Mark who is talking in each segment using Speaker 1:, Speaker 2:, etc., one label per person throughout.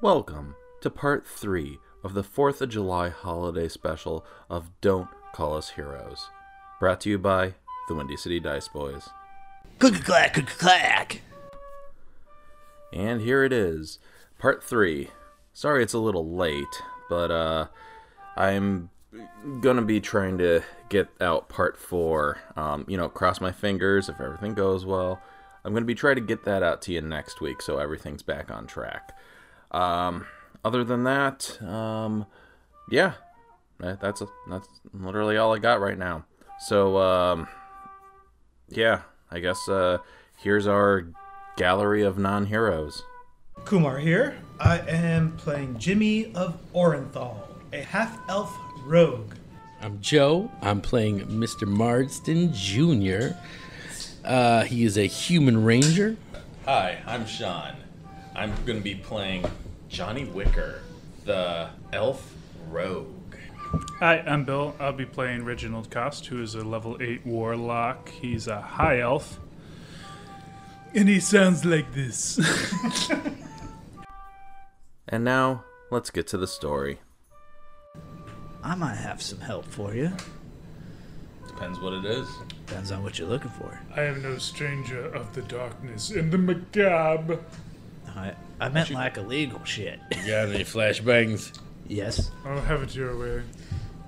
Speaker 1: Welcome to part three of the 4th of July holiday special of Don't Call Us Heroes, brought to you by the Windy City Dice Boys.
Speaker 2: Click clack, click clack.
Speaker 1: And here it is, part three. Sorry it's a little late, but uh, I'm gonna be trying to get out part four. Um, you know, cross my fingers if everything goes well. I'm gonna be trying to get that out to you next week so everything's back on track. Um, other than that, um, yeah, that- that's that's literally all I got right now. So um, yeah, I guess uh, here's our gallery of non-heroes.
Speaker 3: Kumar here. I am playing Jimmy of Orenthal, a half elf rogue.
Speaker 4: I'm Joe. I'm playing Mr. Marsden Jr. Uh, he is a human ranger.
Speaker 5: Hi, I'm Sean. I'm going to be playing Johnny Wicker, the elf rogue.
Speaker 6: Hi, I'm Bill. I'll be playing Reginald Cost, who is a level 8 warlock. He's a high elf. And he sounds like this.
Speaker 1: And now let's get to the story.
Speaker 2: I might have some help for you.
Speaker 5: Depends what it is.
Speaker 2: Depends on what you're looking for.
Speaker 6: I am no stranger of the darkness and the macabre.
Speaker 2: I, I meant like illegal shit.
Speaker 4: You got any flashbangs?
Speaker 2: yes.
Speaker 6: I'll have it your way.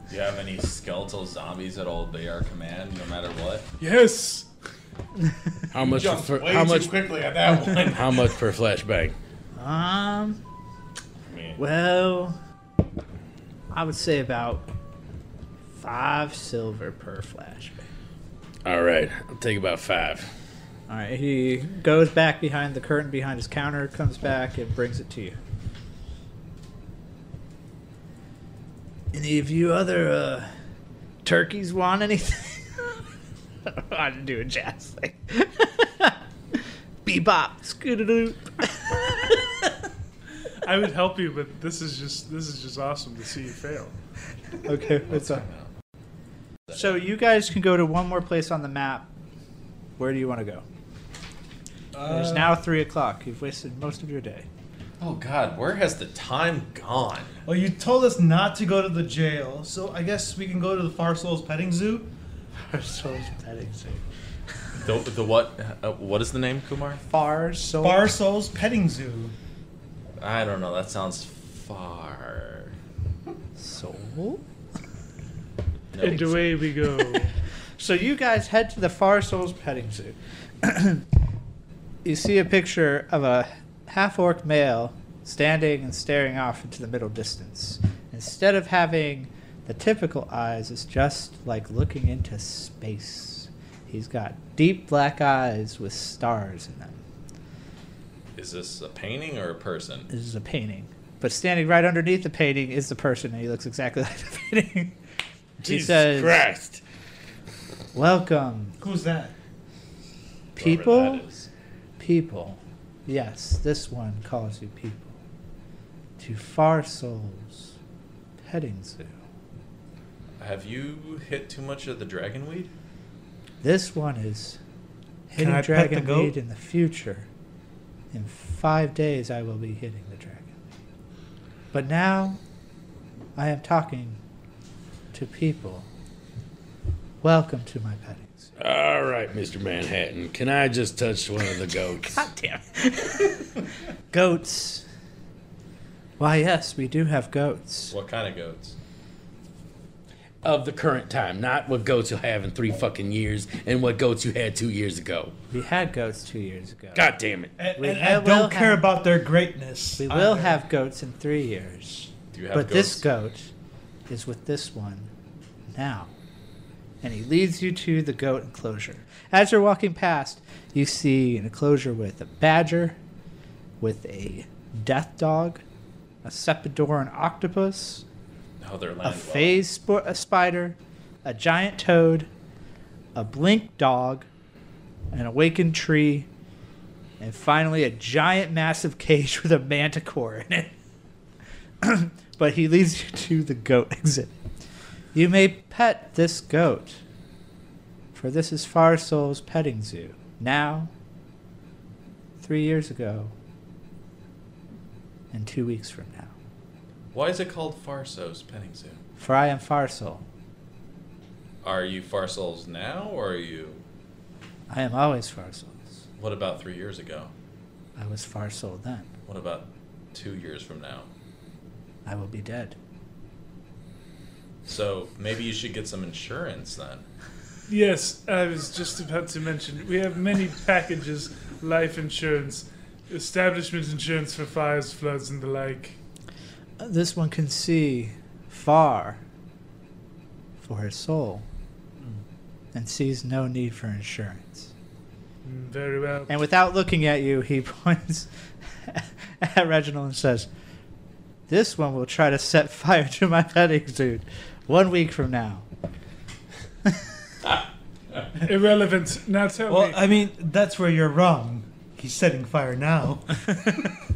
Speaker 5: Do you have any skeletal zombies at all They are command, no matter what?
Speaker 6: Yes!
Speaker 4: How much? For, how much?
Speaker 5: quickly at that one.
Speaker 4: How much per flashbang?
Speaker 2: Um.
Speaker 5: Me.
Speaker 2: Well, I would say about five silver per flashbang.
Speaker 4: All right, I'll take about five.
Speaker 2: All right. He goes back behind the curtain, behind his counter, comes back, and brings it to you. Any of you other uh, turkeys want anything? I didn't do a jazz thing. Bebop, scootaloo.
Speaker 6: I would help you, but this is just this is just awesome to see you fail.
Speaker 2: Okay, what's up? So you guys can go to one more place on the map. Where do you want to go? it's now three o'clock. You've wasted most of your day.
Speaker 5: Oh, God, where has the time gone?
Speaker 3: Well, you told us not to go to the jail, so I guess we can go to the Far Souls Petting Zoo.
Speaker 5: The, the what? Uh, what is the name, Kumar?
Speaker 2: Far so
Speaker 3: Far Souls Petting Zoo.
Speaker 5: I don't know. That sounds far.
Speaker 2: soul.
Speaker 5: No,
Speaker 6: And away we go.
Speaker 2: So you guys head to the Far Souls petting zoo. you see a picture of a half orc male standing and staring off into the middle distance. Instead of having the typical eyes, it's just like looking into space. He's got deep black eyes with stars in them.
Speaker 5: Is this a painting or a person?
Speaker 2: This is a painting. But standing right underneath the painting is the person, and he looks exactly like the painting. he
Speaker 4: Jesus
Speaker 2: says,
Speaker 4: Christ!
Speaker 2: Welcome,
Speaker 3: Who's that?
Speaker 5: Whoever
Speaker 2: people.
Speaker 5: that is.
Speaker 2: people. Yes, this one calls you people. To Far Souls Petting Zoo.
Speaker 5: Have you hit too much of the dragonweed?
Speaker 2: This one is
Speaker 3: Can
Speaker 2: hitting
Speaker 3: I pet the
Speaker 2: dragon
Speaker 3: goat?
Speaker 2: meat in the future. In five days, I will be hitting the dragon. But now, I am talking to people. Welcome to my petting zoo.
Speaker 4: All right, Mr. Manhattan. Can I just touch one of the goats?
Speaker 2: damn goats. Why, yes, we do have goats.
Speaker 5: What kind of goats?
Speaker 4: of the current time, not what goats you'll have in three fucking years, and what goats you had two years ago.
Speaker 2: We had goats two years ago.
Speaker 4: God damn it!
Speaker 3: And,
Speaker 2: We
Speaker 3: and I
Speaker 2: have-
Speaker 3: don't
Speaker 2: will
Speaker 3: care
Speaker 2: have-
Speaker 3: about their greatness.
Speaker 2: We will
Speaker 3: either.
Speaker 2: have goats in three years.
Speaker 5: Do you uh, have
Speaker 2: But
Speaker 5: goats?
Speaker 2: this goat is with this one now. And he leads you to the goat enclosure. As you're walking past, you see an enclosure with a badger, with a death dog, a cepidoran octopus,
Speaker 5: Oh, they're
Speaker 2: a
Speaker 5: land well.
Speaker 2: phase sp- a spider, a giant toad, a blink dog, an awakened tree, and finally a giant massive cage with a manticore in it. but he leads you to the goat exhibit. You may pet this goat, for this is Far Soul's petting zoo. Now, three years ago, in two weeks from now.
Speaker 1: Why is it called Farsos Penningsoon?
Speaker 2: For I am Farsal.
Speaker 1: Are you Farsols now, or are you?
Speaker 2: I am always Farsals.
Speaker 1: What about three years ago?
Speaker 2: I was Farsal then.
Speaker 1: What about two years from now?
Speaker 2: I will be dead.
Speaker 1: So maybe you should get some insurance then.
Speaker 6: Yes, I was just about to mention we have many packages life insurance, establishment insurance for fires, floods, and the like.
Speaker 2: Uh, This one can see far for her soul Mm. and sees no need for insurance.
Speaker 6: Mm, Very well.
Speaker 2: And without looking at you, he points at Reginald and says, This one will try to set fire to my petting suit one week from now.
Speaker 6: Irrelevant. Now tell
Speaker 3: Well,
Speaker 6: me.
Speaker 3: I mean, that's where you're wrong. He's setting fire now.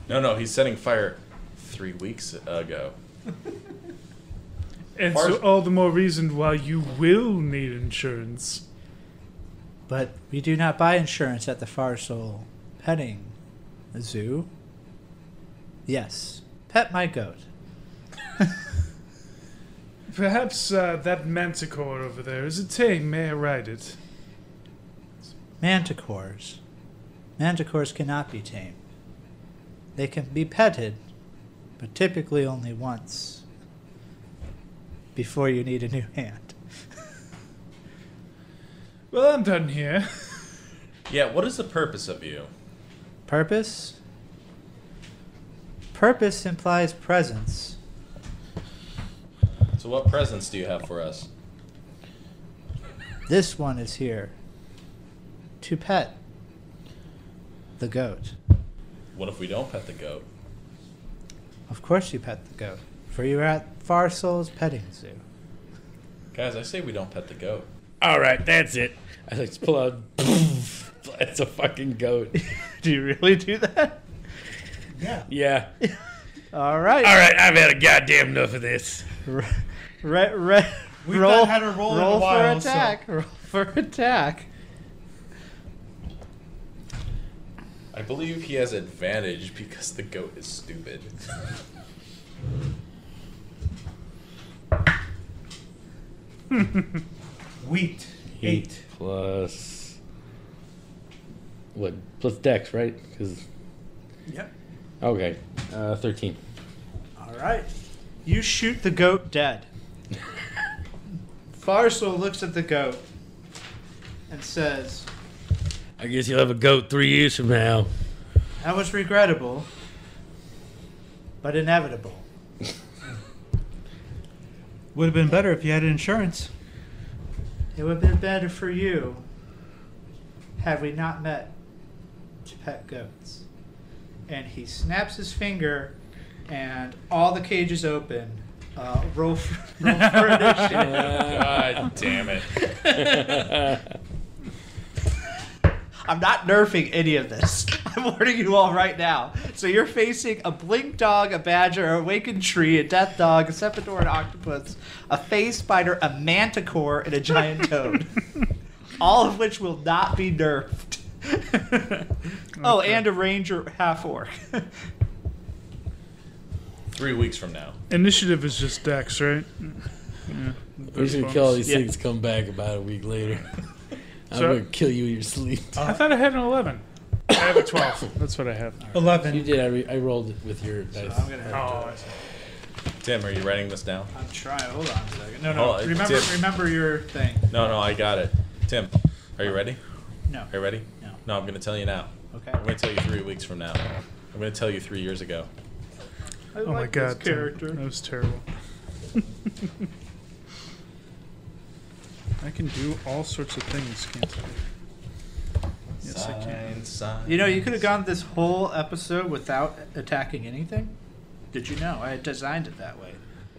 Speaker 1: No, no, he's setting fire three weeks ago.
Speaker 6: and
Speaker 1: Far-
Speaker 6: so all the more reason why you will need insurance.
Speaker 2: But we do not buy insurance at the Farsal Petting Zoo. Yes, pet my goat.
Speaker 6: Perhaps uh, that manticore over there is a tame. May I ride it?
Speaker 2: Manticores. Manticores cannot be tamed. They can be petted, but typically only once before you need a new hand.
Speaker 6: Well, I'm done here.
Speaker 1: Yeah, what is the purpose of you?
Speaker 2: Purpose? Purpose implies presence.
Speaker 1: So what presents do you have for us?
Speaker 2: This one is here to pet the goat.
Speaker 1: What if we don't pet the goat?
Speaker 2: Of course, you pet the goat, for you are at Far Soul's petting zoo.
Speaker 1: Guys, I say we don't pet the goat.
Speaker 4: All right, that's it. I like to pull out. It's a fucking goat.
Speaker 2: Do you really do that?
Speaker 4: Yeah.
Speaker 2: All right.
Speaker 4: All right, I've had a goddamn enough of this.
Speaker 2: Re- re- re-
Speaker 3: We've
Speaker 2: roll,
Speaker 3: not had a roll in a while,
Speaker 2: for
Speaker 3: so-
Speaker 2: attack. Roll for attack.
Speaker 1: I believe he has advantage because the goat is stupid.
Speaker 3: Wheat. Eight.
Speaker 4: plus. What? Plus dex, right? Because.
Speaker 3: Yep.
Speaker 4: Okay. Uh, 13.
Speaker 2: All right. You shoot the goat dead. Farsal looks at the goat and says,
Speaker 4: I guess you'll have a goat three years from now.
Speaker 2: That was regrettable, but inevitable.
Speaker 3: Would have been better if you had insurance.
Speaker 2: It would have been better for you had we not met to pet goats. And he snaps his finger, and all the cages open. Uh, roll for, roll for initiative.
Speaker 1: God damn it.
Speaker 2: I'm not nerfing any of this. I'm warning you all right now. So you're facing a blink dog, a badger, a awakened tree, a death dog, a sepidor, an octopus, a phase spider, a manticore, and a giant toad. all of which will not be nerfed. Oh, and a ranger half orc.
Speaker 1: Three weeks from now.
Speaker 6: Initiative is just Dex, right?
Speaker 4: We're just gonna kill all these things. Come back about a week later. I'm
Speaker 6: So-
Speaker 4: gonna kill you in your sleep.
Speaker 6: I thought I had an 11. I have a 12. That's what I have.
Speaker 4: You
Speaker 3: Eleven.
Speaker 4: did. I, re- I rolled it with your dice.
Speaker 6: Oh,
Speaker 1: Tim, are you writing this down?
Speaker 2: I'm trying. Hold on a second. No,
Speaker 1: no, Oh, it remember- did.
Speaker 2: remember your thing.
Speaker 1: No, no, I got it. Tim, are you ready?
Speaker 2: No.
Speaker 1: Are you ready?
Speaker 2: No.
Speaker 1: No, I'm going to tell you now.
Speaker 2: Okay.
Speaker 1: I'm going to tell you three weeks from now. I'm going to tell you three years ago.
Speaker 6: oh my god. Tim. That was terrible. I can do all sorts of things, can't I? Yes, I
Speaker 1: Sign,
Speaker 6: can.
Speaker 1: sign.
Speaker 2: You know, you could have gone this whole episode without attacking anything. Did you know? I had designed it that way.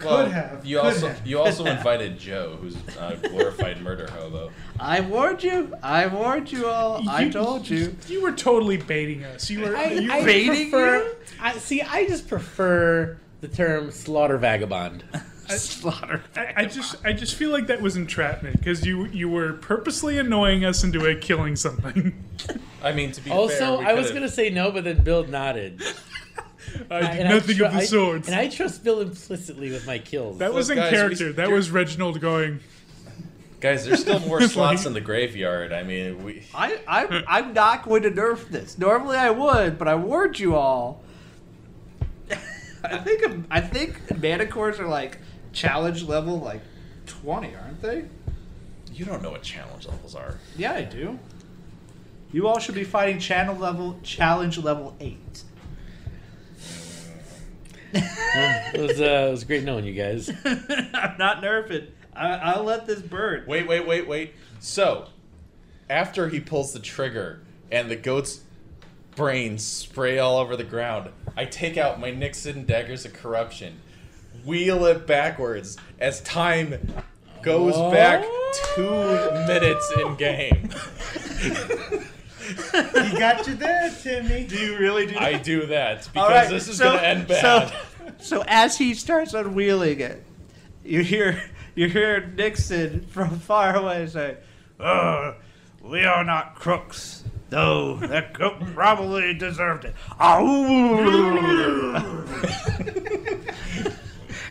Speaker 1: Well,
Speaker 3: Could have,
Speaker 1: You
Speaker 3: could
Speaker 1: also
Speaker 3: have.
Speaker 1: you also invited Joe, who's a glorified murder hobo.
Speaker 2: I warned you. I warned you all. I
Speaker 6: You-
Speaker 2: told you.
Speaker 6: You were totally baiting us. You were. you
Speaker 2: I baiting
Speaker 4: prefer,
Speaker 2: you?
Speaker 4: I see. I just prefer the term slaughter vagabond.
Speaker 2: Slaughter.
Speaker 6: I, I just, I just feel like that was entrapment because you, you were purposely annoying us into uh, killing something.
Speaker 1: I mean, to be fair,
Speaker 4: Also,
Speaker 1: we
Speaker 4: I was
Speaker 1: could've-
Speaker 4: gonna say no, but then Bill nodded.
Speaker 6: I did
Speaker 4: And I
Speaker 6: nothing
Speaker 4: tru-
Speaker 6: of the
Speaker 4: I-
Speaker 6: swords.
Speaker 4: and I trust Bill implicitly with my kills.
Speaker 6: that was in
Speaker 1: guys, we-
Speaker 6: character. that was Reginald going.
Speaker 1: Guys, there's still more slots in the graveyard. I mean, we.
Speaker 2: I, I, I'm not going to nerf this. Normally I would, but I warned you all. I think I think manticores are like challenge level like twenty, aren't they?
Speaker 1: You don't know what challenge levels are.
Speaker 2: Yeah, I do. You all should be fighting channel level challenge level eight.
Speaker 4: it was, uh, it was great knowing you guys.
Speaker 2: I'm not nerfing. I, I'll let this burn.
Speaker 1: Wait, wait, wait, wait. So, after he pulls the trigger and the goat's brains spray all over the ground, I take out my Nixon daggers of corruption, wheel it backwards as time goes back two minutes in game.
Speaker 3: He got you there, Timmy.
Speaker 2: Do you really do?
Speaker 1: I do that because
Speaker 2: All right,
Speaker 1: this is
Speaker 2: so-
Speaker 1: going to end bad.
Speaker 2: So, so as he starts unwheeling it, you hear you hear Nixon from far away say, "Oh, we are not crooks, though that crook probably deserved it." Ah, Ow!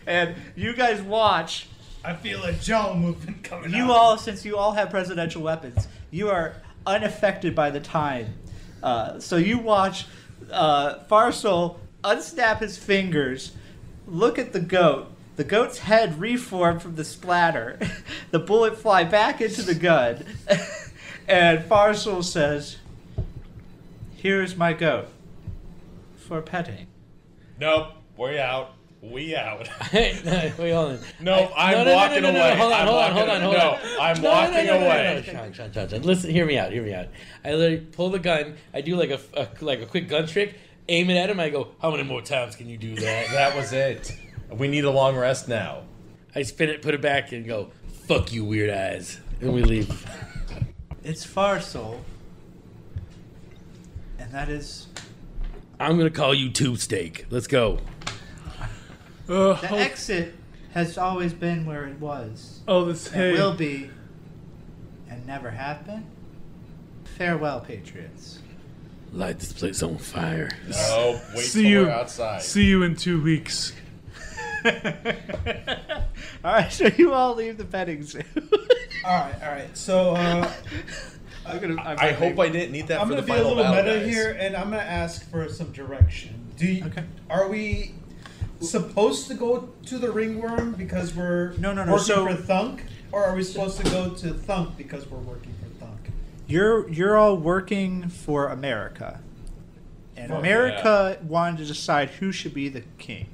Speaker 2: and you guys watch.
Speaker 3: I feel a jaw movement coming
Speaker 2: You
Speaker 3: up.
Speaker 2: all, since you all have presidential weapons, you are unaffected by the time. Uh, so you watch uh, Farsal unsnap his fingers, look at the goat. The goat's head reform from the splatter. the bullet fly back into the gun, and Farsal says, "Here is my goat for petting."
Speaker 1: Nope, we out. We out.
Speaker 4: Wait, hold on.
Speaker 1: No,
Speaker 4: I-
Speaker 1: I'm walking away.
Speaker 4: Hold on,
Speaker 1: I'm
Speaker 4: hold on,
Speaker 1: walking
Speaker 4: hold on,
Speaker 1: away.
Speaker 4: hold on.
Speaker 1: No, I'm walking away.
Speaker 4: No, no, Sean, Sean, Sean, Sean. Listen, hear me out, hear me out. I literally pull the gun. I do like a, a like a quick gun trick, aim it at him. I go, how many more times can you do that?
Speaker 1: That was it. We need a long rest now.
Speaker 4: I spin it, put it back, and go, fuck you, weird eyes, and we leave.
Speaker 2: It's Farsal, and that is
Speaker 4: I'm gonna call you Tube Steak. Let's go.
Speaker 6: Uh,
Speaker 2: The
Speaker 6: oh,
Speaker 2: exit has always been where it was.
Speaker 6: oh, this
Speaker 2: It
Speaker 6: hay.
Speaker 2: will be, and never have been. Farewell, Patriots.
Speaker 4: Light this place on fire.
Speaker 1: Oh, wait
Speaker 6: See
Speaker 1: till
Speaker 6: you.
Speaker 1: we're outside.
Speaker 6: See you in two weeks.
Speaker 2: All right, so you all leave the petting zoo.
Speaker 3: All right, all right. So uh,
Speaker 2: I'm gonna, I'm
Speaker 1: I hope I didn't need that
Speaker 3: I'm
Speaker 1: for
Speaker 3: gonna
Speaker 1: the
Speaker 3: be a
Speaker 1: final
Speaker 3: little
Speaker 1: battle,
Speaker 3: meta
Speaker 1: guys.
Speaker 3: here, and I'm gonna ask for some direction. Do you,
Speaker 2: Okay.
Speaker 3: Are we supposed to go to the ringworm because we're
Speaker 2: No, no, no,
Speaker 3: working
Speaker 2: so-
Speaker 3: for Thunk, or are we supposed to go to Thunk because we're working for Thunk?
Speaker 2: You're you're all working for America, and
Speaker 3: Fuck
Speaker 2: America wanted to decide who should be the king,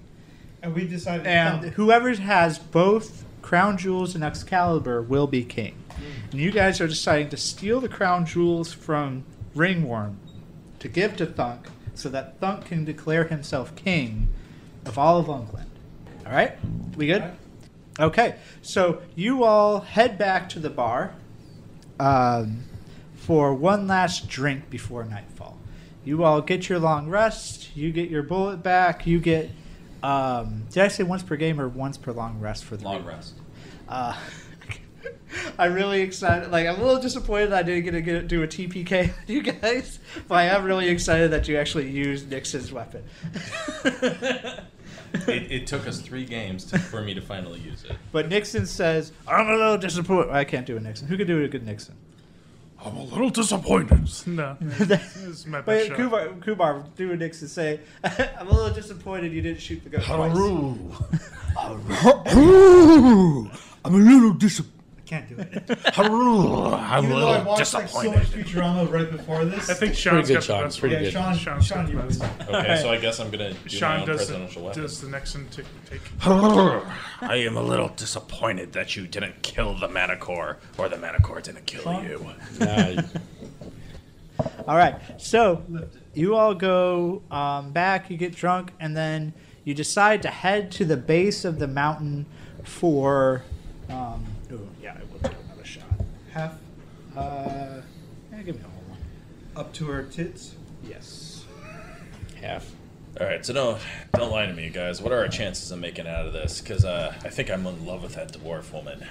Speaker 3: And we decided
Speaker 2: and
Speaker 3: Thunk.
Speaker 2: whoever has both crown jewels and Excalibur will be king. And you guys are deciding to steal the crown jewels from Ringworm to give to Thunk so that Thunk can declare himself king of all of Ungland. All right? We good? Okay. So you all head back to the bar um, for one last drink before nightfall. You all get your long rest. You get your bullet back. You get. Um, did I say once per game or once per long rest for the
Speaker 1: Long
Speaker 2: ring?
Speaker 1: rest.
Speaker 2: Uh, I'm really excited. Like, I'm a little disappointed I didn't get to get, do a TPK with you guys, but I am really excited that you actually used Nixon's weapon.
Speaker 1: It, it took us three games to, for me to finally use it.
Speaker 2: but Nixon says, I'm a little disappointed. I can't do a Nixon. Who can do a good Nixon?
Speaker 6: I'm a little disappointed. No, this is my best
Speaker 2: Wait,
Speaker 6: shot.
Speaker 2: Kumar, Kumar, do a Nixon say, I'm a little disappointed you didn't shoot the gun twice.
Speaker 7: I'm a little disappointed.
Speaker 2: I can't do it.
Speaker 7: I'm
Speaker 3: Even though I watched like so much Futurama right before this,
Speaker 6: I think Sean's
Speaker 4: good,
Speaker 6: got
Speaker 4: Sean.
Speaker 6: the best
Speaker 4: Pretty
Speaker 6: one.
Speaker 3: yeah,
Speaker 4: good.
Speaker 3: Sean, Sean,
Speaker 6: Sean's got
Speaker 3: you
Speaker 6: the best.
Speaker 3: were-
Speaker 1: Okay, so I guess I'm gonna do my
Speaker 6: Sean
Speaker 1: own
Speaker 6: does
Speaker 1: presidential
Speaker 6: the,
Speaker 1: weapon.
Speaker 6: does the Nixon tick take.
Speaker 1: I am a little disappointed that you didn't kill the Manicore, or the Manicore didn't kill you.
Speaker 4: Nah,
Speaker 2: All right. So you all go um, back, you get drunk, and then you decide to head to the base of the mountain for. Um, ooh, yeah, I will take another shot.
Speaker 3: half
Speaker 2: Uh, yeah, give me a whole one.
Speaker 3: up to her tits.
Speaker 2: Yes.
Speaker 4: half.
Speaker 1: All right, so don't don't lie to me, guys. What are our chances of making it out of this? Because uh, I think I'm in love with that dwarf woman.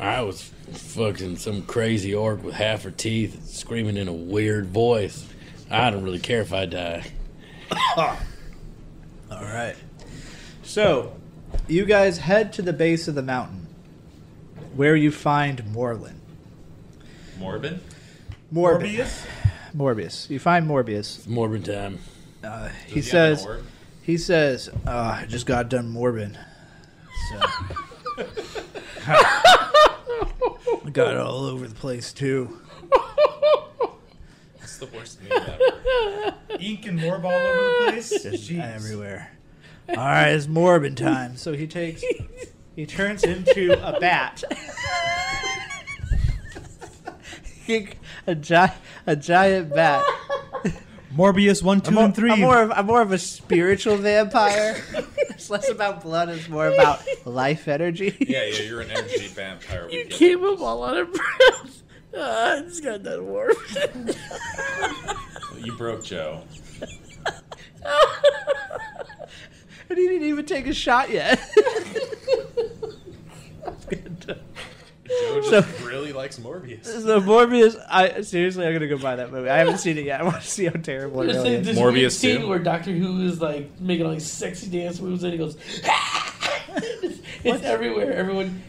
Speaker 4: I was fucking some crazy orc with half her teeth, screaming in a weird voice. I don't really care if I die.
Speaker 2: All right. So, you guys head to the base of the mountain, where you find Morlin.
Speaker 1: Morbid?
Speaker 2: Morbi-
Speaker 3: Morbius?
Speaker 2: Morbius. You find Morbius.
Speaker 4: Morbid time.
Speaker 2: Uh,
Speaker 1: Does
Speaker 2: he
Speaker 1: have an
Speaker 2: says.
Speaker 1: orb?
Speaker 2: He says, uh, "I just got done morbid." So. I got it all over the place too.
Speaker 1: It's the worst name ever.
Speaker 3: Ink and morb all over the place?
Speaker 2: Just
Speaker 3: Jeez.
Speaker 2: everywhere. All right, it's morbid time. So he takes, he turns into a bat. a, gi- a giant bat.
Speaker 8: Morbius one, 2
Speaker 2: I'm more,
Speaker 8: and 3
Speaker 2: I'm more of, I'm more of a spiritual vampire. it's less about blood. It's more about life energy.
Speaker 1: Yeah, yeah, you're an energy vampire. We
Speaker 4: You
Speaker 1: get it.
Speaker 4: came up all out of breath. Ah, I just got that warped.
Speaker 1: You broke Joe.
Speaker 2: And he didn't even take a shot yet.
Speaker 1: Joe just really likes Morbius.
Speaker 2: so Morbius, I seriously, I'm gonna go buy that movie. I haven't seen it yet. I want to see how terrible it
Speaker 4: There's
Speaker 2: really
Speaker 4: like
Speaker 2: is.
Speaker 4: this
Speaker 1: Morbius
Speaker 4: weird scene
Speaker 1: too.
Speaker 4: where Doctor Who is like making all these sexy dance moves and he goes, it's, everywhere. Everyone,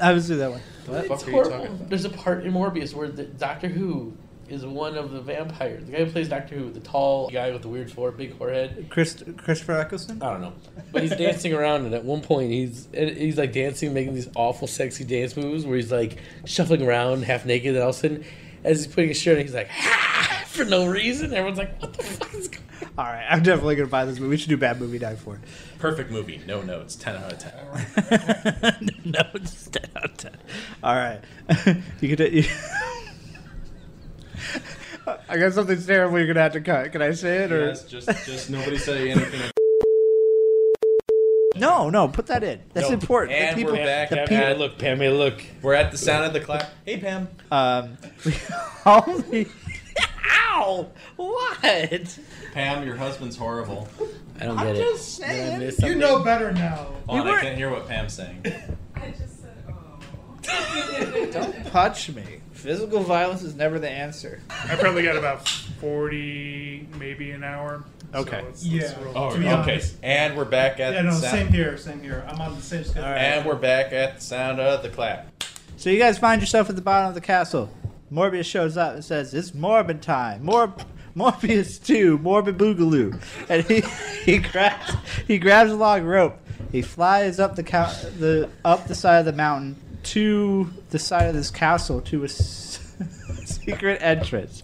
Speaker 2: I haven't seen that one.
Speaker 1: What the fuck
Speaker 4: it's
Speaker 1: are you
Speaker 4: horrible.
Speaker 1: talking about?
Speaker 4: There's a part in Morbius where the, Doctor Who is one of the vampires. The guy who plays Doctor Who, the tall guy with the weird fore, big forehead.
Speaker 2: Chris, Christopher Eccleston.
Speaker 4: I don't know, but he's dancing around, and at one point he's he's like dancing, making these awful sexy dance moves where he's like shuffling around half naked, and all of a sudden, as he's putting his shirt on, he's like. For no reason, everyone's like, "What the fuck is going?" on?"
Speaker 2: All right, I'm definitely gonna buy this movie. We should do Bad Movie Night for
Speaker 1: Perfect movie. No notes. 10 out of 10.
Speaker 2: it. no, it's ten out of ten. All right, you could. You... I got something terrible. You're gonna have to cut. Can I say it or?
Speaker 1: Yes, just, just nobody say anything.
Speaker 2: No, no. Put that in. That's
Speaker 1: No.
Speaker 2: important. The
Speaker 1: And we're
Speaker 2: people-
Speaker 1: back
Speaker 2: the
Speaker 1: at
Speaker 2: people-
Speaker 1: that.
Speaker 4: look, Pammy, look.
Speaker 1: We're at the sound of the clap. Hey, Pam.
Speaker 2: Um, all the- Ow! What?
Speaker 1: Pam, your husband's horrible.
Speaker 4: I don't
Speaker 2: I'm
Speaker 4: get it.
Speaker 2: just saying.
Speaker 3: You know better now.
Speaker 1: Oh, and I
Speaker 2: weren't-
Speaker 1: can't hear what Pam's saying.
Speaker 9: I just said, oh.
Speaker 2: Touch me. Physical violence is never the answer.
Speaker 6: I probably got about 40, maybe an hour.
Speaker 2: Okay.
Speaker 6: So let's,
Speaker 3: Yeah.
Speaker 6: let's roll.
Speaker 1: Oh,
Speaker 3: to be
Speaker 1: okay.
Speaker 3: honest.
Speaker 1: And we're back at the
Speaker 3: Yeah, no,
Speaker 1: sound.
Speaker 3: same here, same here. I'm on the same schedule.
Speaker 1: And we're back at the sound of the clap.
Speaker 2: So you guys find yourself at the bottom of the castle. Morbius shows up and says, "It's Morbin time. Mor- Morbius two, Morbid Boogaloo," and he he grabs he grabs a log rope. He flies up the ca- the up the side of the mountain to the side of this castle to a s- secret entrance.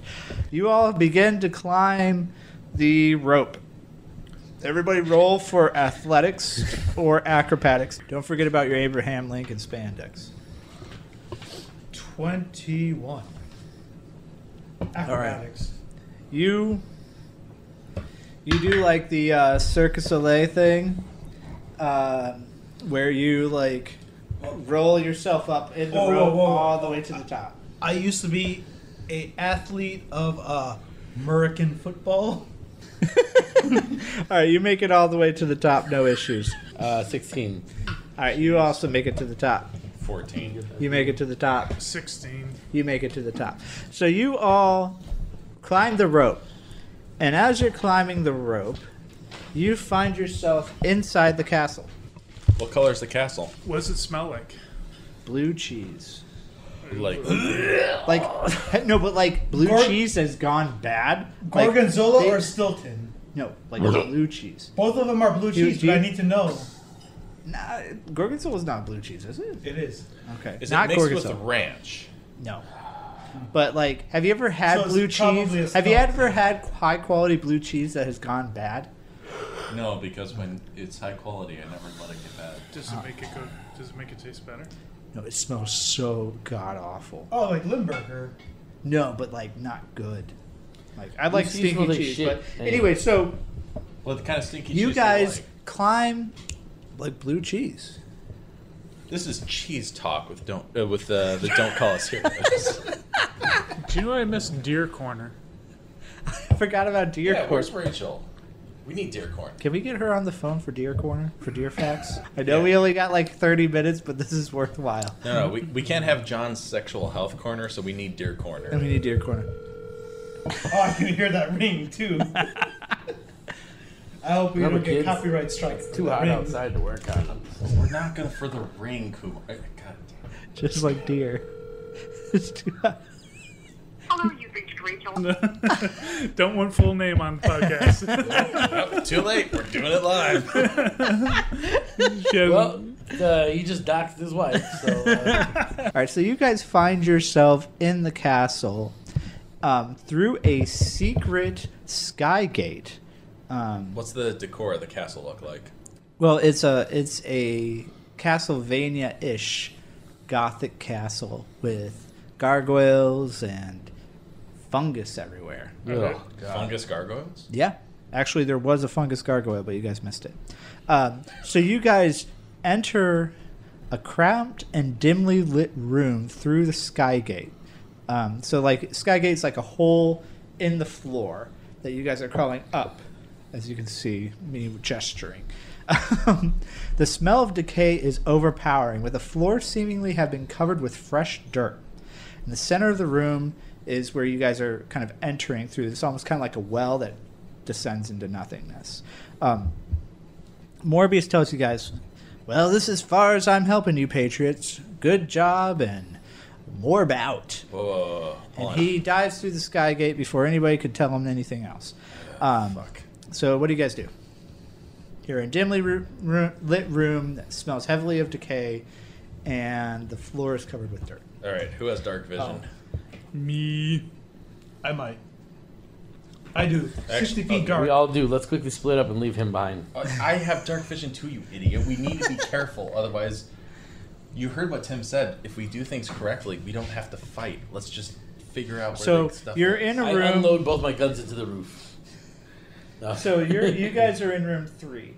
Speaker 2: You all begin to climb the rope. Everybody roll for athletics or acrobatics. Don't forget about your Abraham Lincoln spandex.
Speaker 3: 21. Acrobatics.
Speaker 2: You you do like the uh, Cirque du Soleil thing, uh, where you like roll yourself up in the
Speaker 3: Whoa, whoa,
Speaker 2: rope
Speaker 3: whoa.
Speaker 2: all the way to the top.
Speaker 3: I used to be a athlete of uh, American football.
Speaker 2: all right, you make it all the way to the top, no issues.
Speaker 4: Uh, 16.
Speaker 2: All right, you also make it to the top.
Speaker 1: 14.
Speaker 2: You make it to the top.
Speaker 6: 16.
Speaker 2: you make it to the top. So you all climb the rope, and as you're climbing the rope, you find yourself inside the castle.
Speaker 1: What color's the castle?
Speaker 6: What does it smell like?
Speaker 2: Blue cheese,
Speaker 1: Like,
Speaker 2: like no, but like blue
Speaker 3: Gorg-
Speaker 2: cheese has gone bad. Like,
Speaker 3: Gorgonzola
Speaker 2: they-
Speaker 3: or Stilton?
Speaker 2: no, like blue cheese.
Speaker 3: Both of them are blue
Speaker 2: Do-
Speaker 3: cheese,
Speaker 2: do
Speaker 3: but I
Speaker 2: you-
Speaker 3: need to know.
Speaker 2: Nah, gorgonzola's not blue cheese, is it?
Speaker 3: It is.
Speaker 2: Okay,
Speaker 1: is
Speaker 2: not
Speaker 1: it mixed with
Speaker 2: gorgonzola.
Speaker 1: the ranch?
Speaker 2: No. But like, have you ever had
Speaker 3: So it's
Speaker 2: blue
Speaker 3: probably
Speaker 2: cheese?
Speaker 3: a
Speaker 2: Have you
Speaker 3: skunk.
Speaker 2: ever had high quality blue cheese that has gone bad?
Speaker 1: No, because when it's high quality, I never let it get bad.
Speaker 6: Does it make it go? Does it make it taste better?
Speaker 2: No, it smells so god awful.
Speaker 3: Oh, like Limburger.
Speaker 2: No, but like not good. Like I like
Speaker 4: cheese
Speaker 2: stinky
Speaker 4: smells like
Speaker 2: cheese,
Speaker 4: shit.
Speaker 2: but
Speaker 4: Yeah.
Speaker 2: anyway, so
Speaker 1: Well, the kind of stinky
Speaker 2: you
Speaker 1: cheese they like.
Speaker 2: guys climb like blue cheese.
Speaker 1: This is cheese talk with don't uh, with uh, the don't call us here.
Speaker 6: Do you know I missed Deer Corner?
Speaker 2: I forgot about Deer
Speaker 1: yeah,
Speaker 2: Corner.
Speaker 1: where's Rachel? We need deer corn.
Speaker 2: Can we get her on the phone for Deer Corner for Deer Facts? I know we only got like thirty minutes, but this is worthwhile.
Speaker 1: No, no, we, we can't have John's sexual health corner, so we need deer
Speaker 2: And
Speaker 1: corner.
Speaker 2: we need Deer Corner.
Speaker 3: Oh, I can hear that ring too. I hope we
Speaker 4: Remember,
Speaker 3: don't get
Speaker 4: kids,
Speaker 3: copyright strikes.
Speaker 4: It's too hot outside to work on them.
Speaker 1: We're not gonna for the ring, Kumar. God damn.
Speaker 2: Just like deer. It's too hot.
Speaker 10: Hello, you've reached Rachel.
Speaker 6: Don't want full name on the podcast.
Speaker 1: Nope, too late. We're doing it live.
Speaker 6: She has-
Speaker 4: Well, uh, he just doxed his wife, so uh,
Speaker 2: All right, so you guys find yourself in the castle um, through a secret sky gate. Um,
Speaker 1: What's the decor of the castle look like?
Speaker 2: well, it's a it's a Castlevania-ish gothic castle with gargoyles and fungus everywhere.
Speaker 4: ugh.
Speaker 1: Fungus gargoyles?
Speaker 2: Yeah. Actually, there was a fungus gargoyle, but you guys missed it. Um, so you guys enter a cramped and dimly lit room through the sky gate. Um, so, like, sky gate's like a hole in the floor that you guys are crawling up, as you can see me gesturing. Um, the smell of decay is overpowering, with the floor seemingly have been covered with fresh dirt. In the center of the room is where you guys are kind of entering through. It's almost kind of like a well that descends into nothingness. Um, Morbius tells you guys, "Well, this is far as I'm helping you, Patriots. Good job, and more about."
Speaker 1: Whoa, whoa, whoa, whoa.
Speaker 2: And
Speaker 1: Hold on.
Speaker 2: he dives through the sky gate before anybody could tell him anything else. Um,
Speaker 1: Fuck.
Speaker 2: so, what do you guys do? You're in a dimly ru- ru- lit room that smells heavily of decay, and the floor is covered with dirt.
Speaker 1: All right. Who has dark vision?
Speaker 6: Me.
Speaker 3: I might. I do. Sixty
Speaker 1: Actually, uh,
Speaker 3: feet
Speaker 1: okay.
Speaker 3: dark.
Speaker 4: we all do. Let's quickly split up and leave him behind.
Speaker 1: Uh, I have dark vision too, you idiot. We need to be careful, otherwise. You heard what Tim said. If we do things correctly, we don't have to fight. Let's just figure out where
Speaker 2: So
Speaker 1: the stuff
Speaker 2: you're
Speaker 1: is.
Speaker 2: in a
Speaker 4: I
Speaker 2: room.
Speaker 4: unload both my guns into the roof. No.
Speaker 2: So you're, you guys are in room three.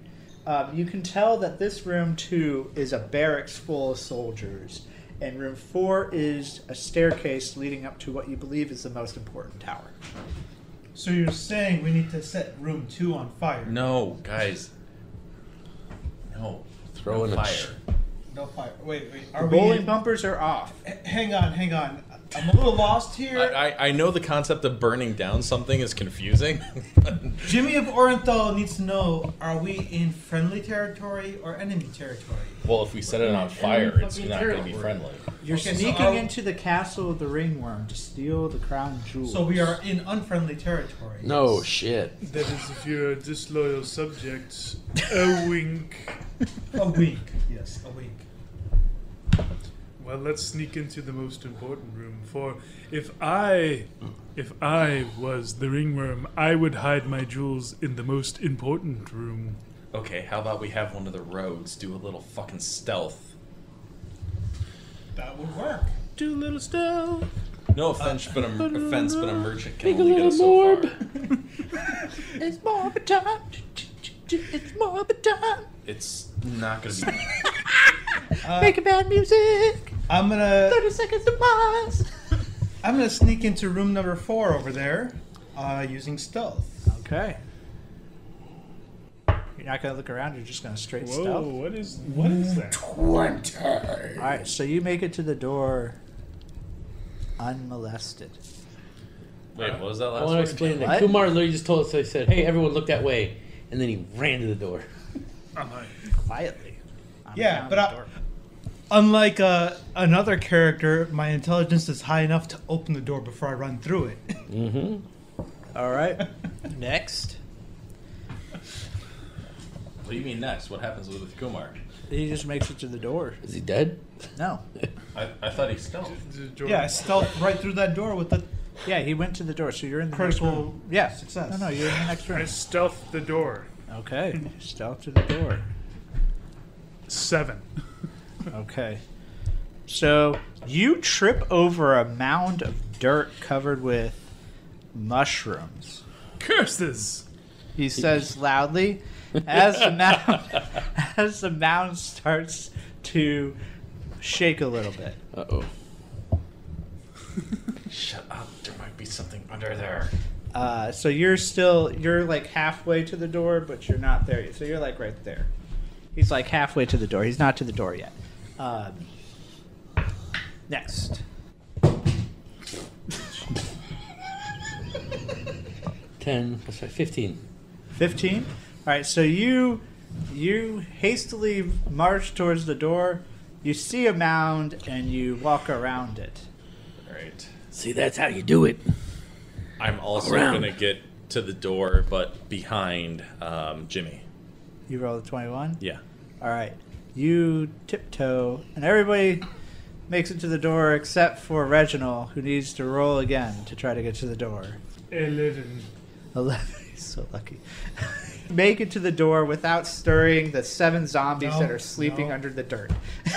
Speaker 2: Um, you can tell that this room two is a barracks full of soldiers, and room four is a staircase leading up to what you believe is the most important tower.
Speaker 3: So you're saying we need to set room two on fire?
Speaker 1: No, guys. No.
Speaker 4: Throw in
Speaker 1: no
Speaker 4: a
Speaker 1: fire.
Speaker 4: ch-
Speaker 3: No fire. Wait, wait. Are we?
Speaker 2: Bowling
Speaker 3: in- Eh,
Speaker 2: bumpers are off.
Speaker 3: H- hang on, hang on. I'm a little lost here.
Speaker 1: I, I, I know the concept of burning down something is confusing. but
Speaker 3: Jimmy of Orenthal needs to know: Are we in friendly territory or enemy territory?
Speaker 1: well, if we set it on fire, it's not going to be friendly.
Speaker 2: You're
Speaker 3: Okay, so
Speaker 2: sneaking
Speaker 3: are-
Speaker 2: into the castle of the ringworm to steal the crown jewels.
Speaker 3: So we are in unfriendly territory.
Speaker 4: No shit.
Speaker 6: That is if you're a disloyal subject. A wink.
Speaker 3: A week. Yes, a week.
Speaker 6: Well, let's sneak into the most important room. For if I, if I was the ringworm, I would hide my jewels in the most important room.
Speaker 1: Okay, how about we have one of the rogues do a little fucking stealth?
Speaker 3: That would work.
Speaker 6: Do a little stealth.
Speaker 1: No offense, but a, offense, but a merchant can only get us so far.
Speaker 2: It's more of a time. It's more of a time.
Speaker 1: It's not going to be.
Speaker 3: Uh,
Speaker 2: Make a bad music.
Speaker 3: I'm gonna.
Speaker 2: Thirty seconds to pause.
Speaker 3: I'm gonna sneak into room number four over there, uh, using stealth.
Speaker 2: Okay. You're not gonna look around. You're just gonna straight
Speaker 6: Whoa!
Speaker 2: stealth.
Speaker 6: Oh, What is what is that?
Speaker 2: All right, so you make it to the door unmolested.
Speaker 1: Wait, what was that
Speaker 4: I
Speaker 1: last
Speaker 4: want to
Speaker 1: one?
Speaker 4: explain that.
Speaker 2: What?
Speaker 4: Kumar literally just told us. I said, "Hey, everyone, look that way," and then he ran to the door.
Speaker 2: Quietly. I'm
Speaker 3: Yeah,
Speaker 2: down
Speaker 3: but
Speaker 2: the
Speaker 3: I-
Speaker 2: door.
Speaker 3: Unlike uh, another character, my intelligence is high enough to open the door before I run through it.
Speaker 2: All right. Next.
Speaker 1: What do you mean next? What happens with Kumar?
Speaker 2: He just makes it to the door.
Speaker 4: Is he dead?
Speaker 2: No.
Speaker 1: I, I thought he stealthed.
Speaker 3: yeah, I stealth right through that door with the
Speaker 2: Yeah, he went to the door, so you're in the next room.
Speaker 3: critical
Speaker 2: Yeah.
Speaker 3: success.
Speaker 2: No, no, you're in the next
Speaker 6: I
Speaker 2: room.
Speaker 6: stealth the door.
Speaker 2: Okay. Stealth to the door.
Speaker 6: Seven.
Speaker 2: Okay. So you trip over a mound of dirt covered with mushrooms.
Speaker 6: Curses!
Speaker 2: he says loudly as the mound as the mound starts to shake a little bit.
Speaker 4: Uh oh.
Speaker 1: Shut up. There might be something under there.
Speaker 2: Uh, so you're still you're like halfway to the door, but you're not there yet. So you're like right there. He's like halfway to the door. He's not to the door yet. Um, next.
Speaker 4: Ten plus five, fifteen.
Speaker 2: 15 All right, so you you hastily march towards the door. You see a mound and you walk around it.
Speaker 1: Right.
Speaker 4: See, that's how you do it.
Speaker 1: I'm also
Speaker 4: Around.
Speaker 1: gonna get to the door, but behind um, Jimmy.
Speaker 2: You roll the twenty-one.
Speaker 1: Yeah.
Speaker 2: All right, you tiptoe, and everybody makes it to the door except for Reginald, who needs to roll again to try to get to the door.
Speaker 6: Eleven.
Speaker 2: 11. He's so lucky. Make it to the door without stirring the seven zombies
Speaker 3: No,
Speaker 2: that are sleeping
Speaker 3: no.
Speaker 2: under the dirt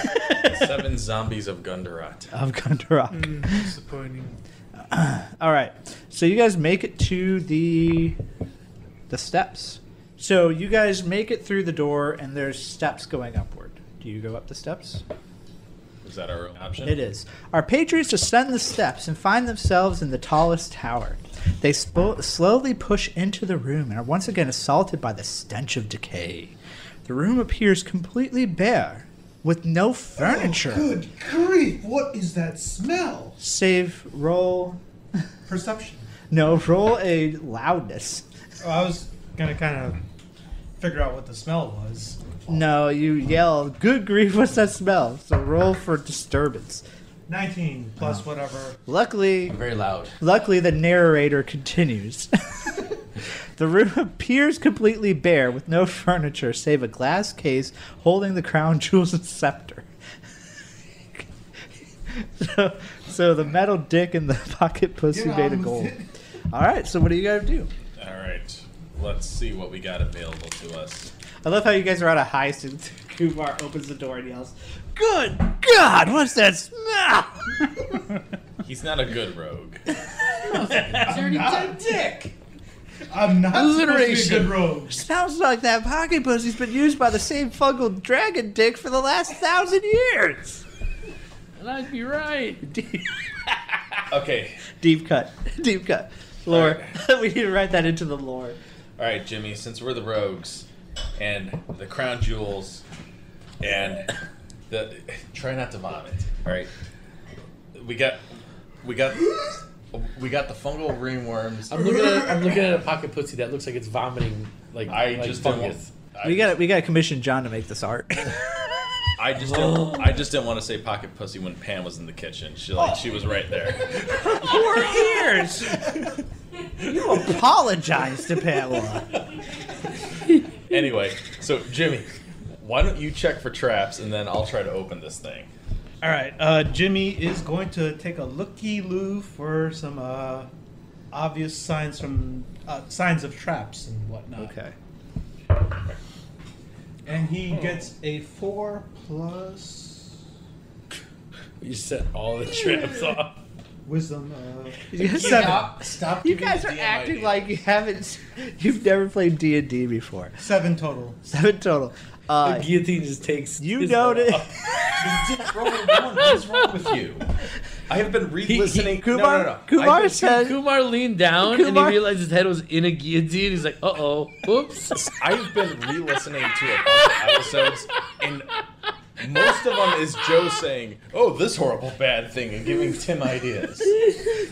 Speaker 1: Seven zombies of Gundarat.
Speaker 2: of Gundurok.
Speaker 6: Mm, disappointing.
Speaker 2: All right. So you guys make it to the the steps. So you guys make it through the door and there's steps going upward. Do you go up the steps?
Speaker 1: Is that our option?
Speaker 2: It is. Our patriots ascend the steps and find themselves in the tallest tower. They spo- slowly push into the room and are once again assaulted by the stench of decay. The room appears completely bare, with no furniture,
Speaker 3: Oh,
Speaker 1: Oh,
Speaker 3: Good grief! What is that smell?
Speaker 2: save roll.
Speaker 3: Perception.
Speaker 2: No, roll a loudness.
Speaker 3: Oh, I was gonna kind of figure out what the smell was.
Speaker 2: No, you yell, "Good grief! What's that smell?" So roll for disturbance.
Speaker 3: Nineteen plus whatever.
Speaker 2: Luckily,
Speaker 4: I'm very loud.
Speaker 2: Luckily, the narrator continues. the room appears completely bare with no furniture save a glass case holding the crown jewels and scepter. so, so the metal dick and the pocket pussy
Speaker 3: Yeah,
Speaker 2: made of
Speaker 3: I'm-
Speaker 2: gold. All right, so what do you guys do?
Speaker 1: All right. Let's see what we got available to us.
Speaker 2: I love how you guys are on a high since Kumar opens the door and yells, Good God, what's that smell?
Speaker 1: He's not a good rogue.
Speaker 3: Not a dick. I'm not supposed to be a
Speaker 4: Alliteration.
Speaker 3: good rogue.
Speaker 2: Sounds like that pocket pussy's been used by the same fungal dragon dick for the last thousand years.
Speaker 4: And I'd be right.
Speaker 2: Deep,
Speaker 1: Okay.
Speaker 2: deep cut. Deep cut. Lore. we need to write that into the lore.
Speaker 1: All right, Jimmy. Since we're the rogues and the crown jewels and the try not to vomit. All right. We got we got we got the fungal ringworms.
Speaker 4: I'm looking at I'm looking at a pocket pussy that looks like it's vomiting like
Speaker 1: I
Speaker 4: like
Speaker 1: just didn't want,
Speaker 4: fungus.
Speaker 1: I,
Speaker 2: We got we got to commission John to make this art.
Speaker 1: I just didn't, I just didn't want to say pocket pussy when Pam was in the kitchen. She like she was right there.
Speaker 2: Four years. you apologize to Pamela.
Speaker 1: Anyway, so Jimmy, why don't you check for traps and then I'll try to open this thing.
Speaker 3: All right, uh, Jimmy is going to take a looky loo for some uh, obvious signs from uh, signs of traps and whatnot. And he gets a four plus
Speaker 4: You set all the traps off.
Speaker 3: wisdom. Uh,
Speaker 2: Seven.
Speaker 3: Stop.
Speaker 2: You
Speaker 3: giving
Speaker 2: guys
Speaker 3: the
Speaker 2: are
Speaker 3: DM
Speaker 2: acting
Speaker 3: idea.
Speaker 2: like you haven't. You've never played D and D before.
Speaker 3: seven total.
Speaker 2: Seven total.
Speaker 4: The
Speaker 2: Uh,
Speaker 4: guillotine just takes.
Speaker 2: you
Speaker 4: his
Speaker 2: notice.
Speaker 4: head off.
Speaker 1: Roll a one. What's wrong with you? I have been re-listening. no,
Speaker 2: Kumar,
Speaker 1: no, no.
Speaker 2: Kumar
Speaker 1: I,
Speaker 2: said,
Speaker 4: Kumar leaned down and
Speaker 2: Kumar-
Speaker 4: he realized his head was in a guillotine. He's like, uh oh, oops.
Speaker 1: I've been re-listening to a bunch of episodes, and most of them is Joe saying, "Oh, this horrible bad thing," and giving Tim ideas.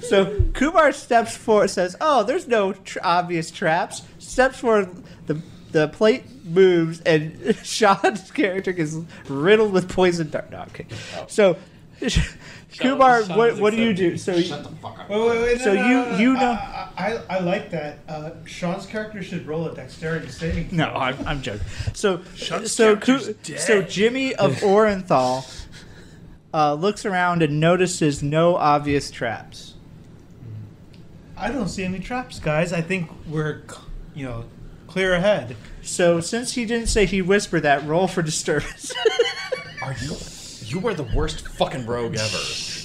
Speaker 2: So Kumar steps forward, says, "Oh, there's no tr- obvious traps." Steps forward, the the plate moves, and Sean's character is riddled with poison dart. No, I'm kidding. So Kumar,
Speaker 4: Oh. Sean
Speaker 2: what
Speaker 4: is
Speaker 2: what do you
Speaker 4: accepted.
Speaker 2: do? So you,
Speaker 3: Wait, wait, wait. no,
Speaker 2: So
Speaker 3: no,
Speaker 2: you-
Speaker 3: no, no.
Speaker 2: you know-
Speaker 3: I, I, I like that. Uh, Sean's character should roll a dexterity saving.
Speaker 2: no, I'm, I'm joking. So so Ku- so Jimmy of Orenthal uh, looks around and notices no obvious traps.
Speaker 3: I don't see any traps, guys. I think we're, c- you know, clear ahead.
Speaker 2: So since he didn't say he whispered that, roll for disturbance.
Speaker 1: Are you? You are the worst fucking rogue ever.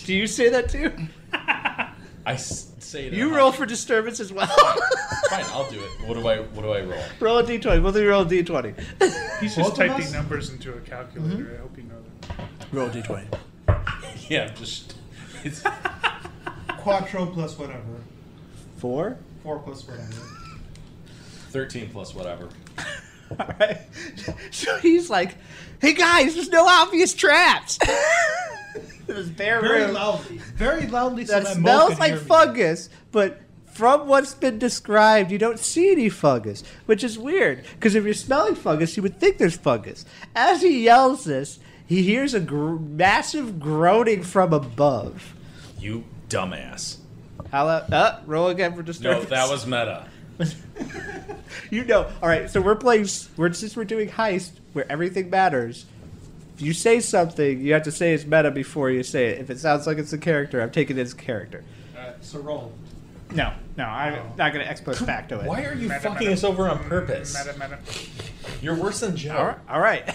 Speaker 2: do you say that too?
Speaker 1: I s- say it.
Speaker 2: You
Speaker 1: out.
Speaker 2: roll for disturbance as well.
Speaker 1: Fine, I'll do it. What do I? What do I roll?
Speaker 2: roll a d20. Both of you roll a d20.
Speaker 3: Both
Speaker 6: He's just
Speaker 3: of
Speaker 6: typing
Speaker 3: us?
Speaker 6: numbers into a calculator. I hope you know that.
Speaker 2: roll a d20.
Speaker 1: Yeah, I'm just. It's,
Speaker 3: Quattro plus whatever.
Speaker 2: Four.
Speaker 3: Four plus whatever.
Speaker 1: 13 plus whatever.
Speaker 2: All right. So he's like, "Hey guys, there's no obvious traps." this bare
Speaker 3: Very
Speaker 2: room
Speaker 3: loudly. Very loudly. so
Speaker 2: that
Speaker 3: that Mo
Speaker 2: smells
Speaker 3: can
Speaker 2: like
Speaker 3: hear me.
Speaker 2: fungus, but from what's been described, you don't see any fungus, which is weird because if you're smelling fungus, you would think there's fungus. As he yells this, he hears a gr- massive groaning from above.
Speaker 1: You dumbass.
Speaker 2: How loud? Uh, roll again for
Speaker 1: No,
Speaker 2: disturbance.
Speaker 1: that was meta.
Speaker 2: You know. All right, so we're playing. s- We're since we're doing heist, where everything matters. If you say something, you have to say it's meta before you say it. If it sounds like it's a character, I'm taking it as a character.
Speaker 3: Alright, so roll.
Speaker 2: No, no, I'm not going to ex post facto it.
Speaker 1: Why are you fucking us over on purpose? You're worse than Joe.
Speaker 2: All right. All right.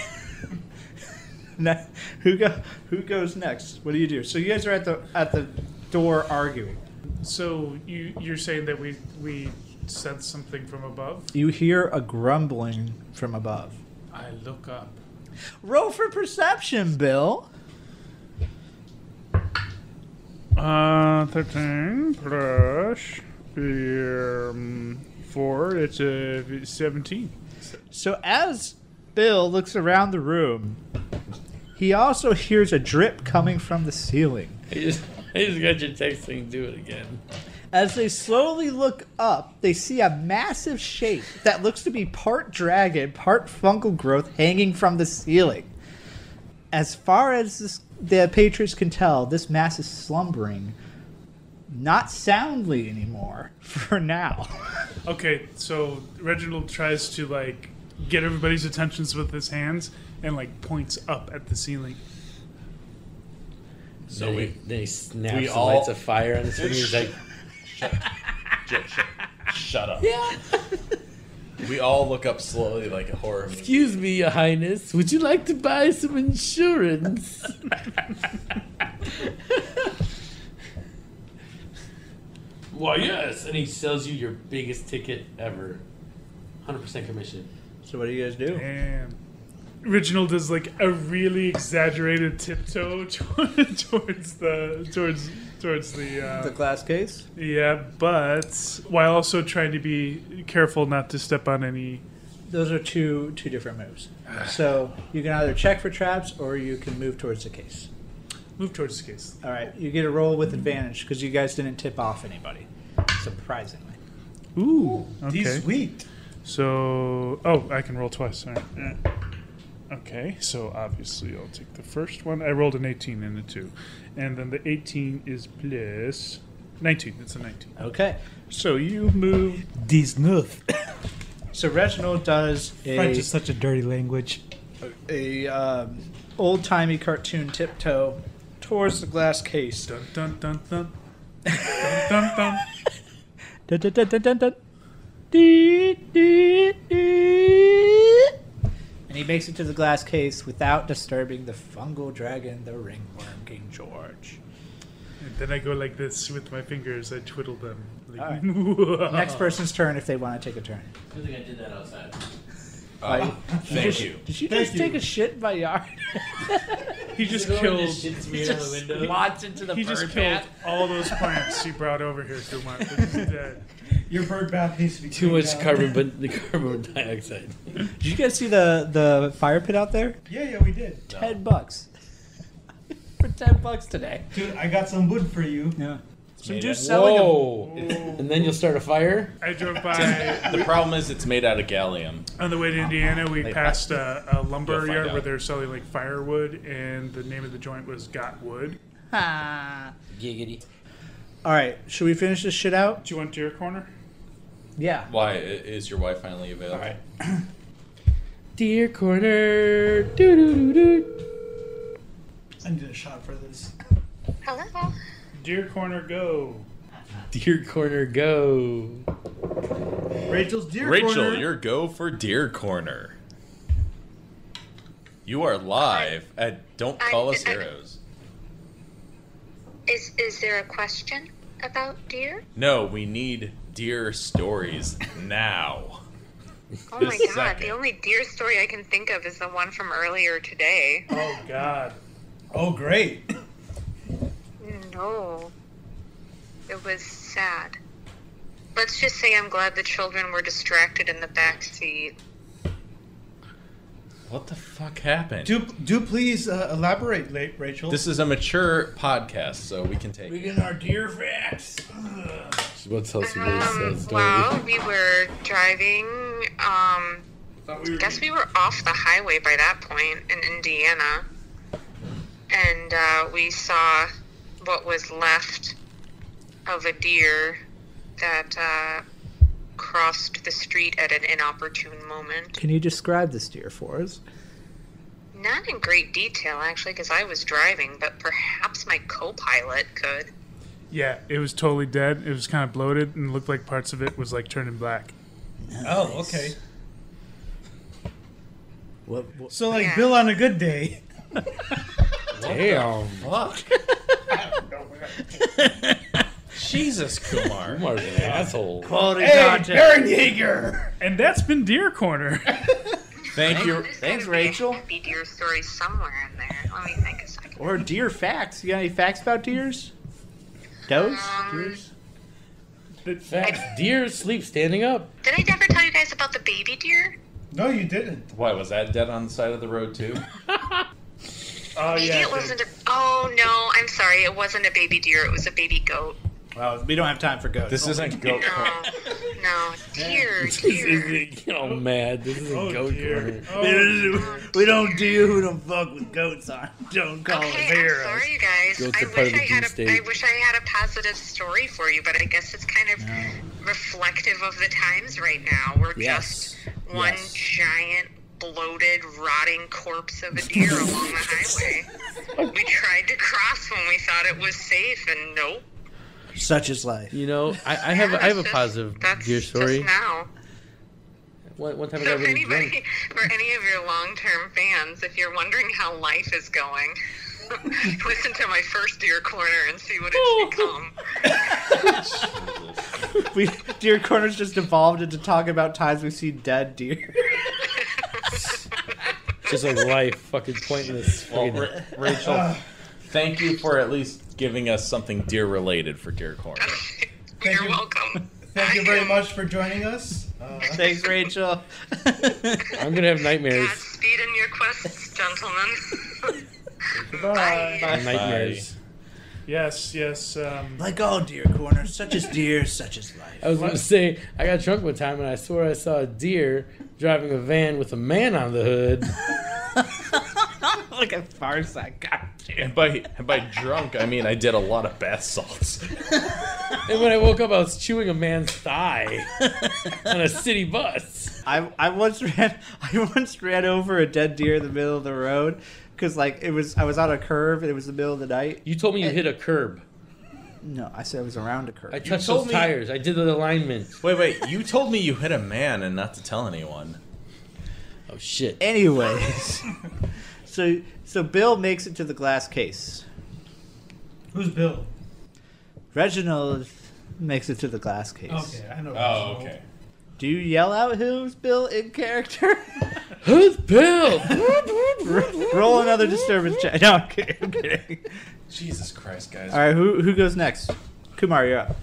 Speaker 2: now, who go, Who goes next? What do you do? So you guys are at the at the door arguing.
Speaker 6: So you you're saying that we we sense something from above?
Speaker 2: You hear a grumbling from above.
Speaker 6: I look up.
Speaker 2: Roll for perception, Bill.
Speaker 6: Uh, thirteen plus um, four. It's a seventeen.
Speaker 2: So as Bill looks around the room, he also hears a drip coming from the ceiling.
Speaker 4: I just, I just got your text saying do it again.
Speaker 2: As they slowly look up, they see a massive shape that looks to be part dragon, part fungal growth hanging from the ceiling. As far as this, the Patriots can tell, this mass is slumbering, not soundly anymore for now.
Speaker 6: Okay, so Reginald tries to like get everybody's attentions with his hands and like points up at the ceiling.
Speaker 4: So then
Speaker 1: we-
Speaker 4: he, then he snaps
Speaker 1: we
Speaker 4: and
Speaker 1: all-
Speaker 4: lights a fire on his finger. He's like,
Speaker 1: Joe, shut, shut up. Yeah. We all look up slowly like a horror movie.
Speaker 4: "Excuse me, Your Highness, would you like to buy some insurance?" Why yes, and he sells you your biggest ticket ever, hundred percent commission.
Speaker 2: So, what do you guys do?
Speaker 6: And Reginald does like a really exaggerated tiptoe toward- towards the towards towards the, uh,
Speaker 2: The glass case?
Speaker 6: yeah, but while also trying to be careful not to step on any.
Speaker 2: Those are two two different moves. So, you can either check for traps or you can move towards the case.
Speaker 6: Move towards the case.
Speaker 2: All right, you get a roll with advantage because you guys didn't tip off anybody, surprisingly.
Speaker 6: Ooh, okay.
Speaker 3: He's weak.
Speaker 6: So, oh, I can roll twice. All right. Eh. Okay, so obviously I'll take the first one. I rolled an 18 and a 2. And then the 18 is plus 19. It's a 19.
Speaker 2: Okay.
Speaker 6: So you move.
Speaker 11: These nerf.
Speaker 2: So Reginald does
Speaker 11: French
Speaker 2: a,
Speaker 11: is such a dirty language.
Speaker 2: a um, old timey cartoon tiptoe towards the glass case.
Speaker 6: Dun dun dun dun. dun dun dun.
Speaker 2: Dun, dun, dun, dun, dun, dun. Dee, dee, dee. And he makes it to the glass case without disturbing the fungal dragon, the ringworm, King George.
Speaker 6: And then I go like this with my fingers. I twiddle them.
Speaker 2: All
Speaker 6: Like,
Speaker 2: right. Next person's turn if they want to take a turn.
Speaker 4: I think I did that outside.
Speaker 1: Uh, thank
Speaker 2: Just-
Speaker 1: you.
Speaker 2: Did you
Speaker 6: Thank
Speaker 2: just
Speaker 6: you.
Speaker 2: take a shit in my yard?
Speaker 6: He just killed.
Speaker 2: Lots into the
Speaker 6: He just
Speaker 2: bird
Speaker 6: killed
Speaker 2: bath.
Speaker 6: all those plants he brought over here through my. He's dead.
Speaker 3: Your bird bath needs to be
Speaker 4: Too
Speaker 3: cleaned
Speaker 4: much
Speaker 3: out.
Speaker 4: carbon, but the carbon dioxide.
Speaker 2: Did you guys see the the fire pit out there?
Speaker 3: Yeah, yeah, we did.
Speaker 2: Ten bucks. For ten bucks today.
Speaker 3: Dude, I got some wood for you.
Speaker 2: Yeah. Some
Speaker 1: made
Speaker 2: dude
Speaker 1: out-
Speaker 2: selling a
Speaker 4: Whoa! and then you'll start a fire.
Speaker 6: I drove by.
Speaker 1: The problem is it's made out of gallium.
Speaker 6: On the way to Indiana, we passed a, a lumber
Speaker 1: You'll find
Speaker 6: yard where
Speaker 1: out.
Speaker 6: they're selling like firewood, and the name of the joint was Got Wood.
Speaker 2: Ah.
Speaker 4: Giggity.
Speaker 2: All right, should we finish this shit out?
Speaker 6: Do you want your corner?
Speaker 2: Yeah.
Speaker 1: Why i- is your wife finally available?
Speaker 4: Dear corner. Doo doo doo doo.
Speaker 3: I need a shot for this.
Speaker 10: Hello?
Speaker 6: Deer corner, go.
Speaker 4: Dear corner, go.
Speaker 3: Rachel's deer
Speaker 1: Rachel,
Speaker 3: corner.
Speaker 1: your go for deer corner. You are live at Don't
Speaker 10: I-
Speaker 1: Call Us
Speaker 10: I-
Speaker 1: Heroes.
Speaker 10: Is is there a question about deer?
Speaker 1: No, we need deer stories now.
Speaker 10: Oh
Speaker 1: Just
Speaker 10: my
Speaker 1: a
Speaker 10: god,
Speaker 1: second.
Speaker 10: the only deer story I can think of is the one from earlier today.
Speaker 6: Oh God.
Speaker 3: Oh, great.
Speaker 10: No. It was sad. Let's just say I'm glad the children were distracted in the back seat.
Speaker 1: What the fuck happened?
Speaker 3: Do do please uh, elaborate, La- Rachel.
Speaker 1: This is a mature podcast, so we can take it.
Speaker 4: our deer facts. What else? you really
Speaker 10: Um,
Speaker 4: sad story?
Speaker 10: well, we were driving. Um, guess we were off the highway by that point in Indiana, and uh, we saw what was left of a deer that uh, crossed the street at an inopportune moment.
Speaker 12: Can you describe this deer for us?
Speaker 10: Not in great detail, actually, because I was driving, but perhaps my co-pilot could.
Speaker 6: Yeah, it was totally dead. It was kind of bloated and looked like parts of it was like turning black.
Speaker 3: Oh, okay.
Speaker 12: What,
Speaker 3: So like Bill on a good day.
Speaker 4: Damn.
Speaker 1: Fuck. Jesus, Kumar.
Speaker 4: Kumar's an asshole.
Speaker 12: Quality
Speaker 6: And that's been Deer Corner.
Speaker 1: Thank you.
Speaker 10: Thanks, Rachel. Happy deer story somewhere in there. Let me think a second.
Speaker 2: Or deer facts. You got any facts about deers? Does?
Speaker 10: Um,
Speaker 2: Deers?
Speaker 4: Facts. Deer sleep standing up.
Speaker 10: Did I ever tell you guys about the baby deer?
Speaker 3: No, you didn't.
Speaker 1: Why was that dead on the side of the road too?
Speaker 6: Oh
Speaker 10: Maybe
Speaker 6: yeah,
Speaker 10: it wasn't a. Oh no, I'm sorry. It wasn't a baby deer. It was a baby goat.
Speaker 2: Well, we don't have time for goats.
Speaker 1: This isn't goat.
Speaker 10: No, no, deer, deer. Oh,
Speaker 4: Oh man, this is a goat corner.
Speaker 2: we don't do who don't fuck with goats on. Don't call
Speaker 10: Okay, I'm sorry, you guys.
Speaker 4: Goats
Speaker 10: I
Speaker 4: are part
Speaker 10: wish
Speaker 4: of the eh?
Speaker 10: I had
Speaker 4: deep
Speaker 10: a. I
Speaker 4: state.
Speaker 10: wish I had a positive story for you, but I guess it's kind of reflective of the times right now. We're
Speaker 2: Yes.
Speaker 10: just one giant. Bloated, rotting corpse of a deer along the highway. We tried to cross when we thought it was safe, and nope.
Speaker 2: Such is life.
Speaker 4: You know, I, I have I have a
Speaker 10: That's just-
Speaker 4: positive
Speaker 10: that's
Speaker 4: deer story.
Speaker 10: Just now.
Speaker 4: One, one time I
Speaker 10: So
Speaker 4: got
Speaker 10: if
Speaker 4: really drunk.
Speaker 10: anybody, for any of your long-term fans, if you're wondering how life is going, listen to my first Deer Corner and see what
Speaker 4: Oh.
Speaker 10: it's become.
Speaker 2: We, deer corners just evolved into talking about times we see dead deer.
Speaker 4: Just like life, fucking pointless.
Speaker 1: Well,
Speaker 4: fucking-
Speaker 1: Ra- Rachel, thank you for at least giving us something deer related for Deer Corner.
Speaker 10: You're
Speaker 3: you.
Speaker 10: welcome.
Speaker 3: Thank you very much for joining us. Uh,
Speaker 2: Thanks, Rachel.
Speaker 4: I'm gonna have nightmares.
Speaker 10: Godspeed in your quests, gentlemen.
Speaker 6: Bye.
Speaker 4: Nightmares.
Speaker 6: Yes, yes. Um,
Speaker 2: like all deer corners, such as deer, such is life.
Speaker 4: I was gonna say I got drunk one time and I swear I saw a deer driving a van with a man on the hood.
Speaker 2: Look at Farside. God damn.
Speaker 1: And by and by drunk, I mean I did a lot of bath salts.
Speaker 4: And when I woke up, I was chewing a man's thigh on a city bus.
Speaker 2: I, I once ran I once ran over a dead deer in the middle of the road because like it was I was on a curve and it was the middle of the night.
Speaker 4: You told me you hit a curb.
Speaker 2: No, I said I was around a curve.
Speaker 4: I touched
Speaker 1: told
Speaker 4: those
Speaker 1: me-
Speaker 4: tires. I did the alignment.
Speaker 1: Wait, wait. You told me you hit a man and not to tell anyone.
Speaker 4: Oh shit.
Speaker 2: Anyways, so so Bill makes it to the glass case.
Speaker 3: who's Bill?
Speaker 2: Reginald makes it to the glass case.
Speaker 3: Okay, I know.
Speaker 1: Oh,
Speaker 3: Reginald.
Speaker 2: Do you yell out who's Bill in character?
Speaker 4: Who's Bill?
Speaker 2: Roll another disturbance check. No, I'm kidding. I'm kidding.
Speaker 1: Jesus Christ, guys.
Speaker 2: All right, who who goes next? Kumar, you're up.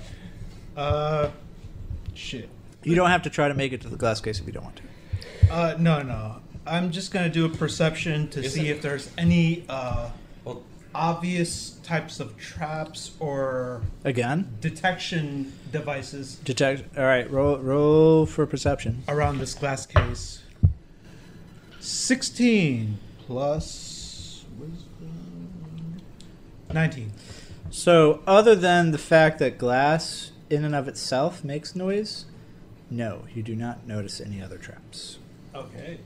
Speaker 3: Uh, shit.
Speaker 2: You don't have to try to make it to the glass case if you don't want to.
Speaker 3: Uh, no, no. I'm just gonna do a perception to
Speaker 1: Isn't-
Speaker 3: see if there's any uh,
Speaker 1: Well-
Speaker 3: obvious types of traps or
Speaker 2: Again,
Speaker 3: detection devices
Speaker 2: detect. All right, roll roll for perception.
Speaker 3: around this glass case. 16 plus. what is that? 19.
Speaker 2: So, other than the fact that glass in and of itself makes noise, no, you do not notice any other traps.
Speaker 3: Okay.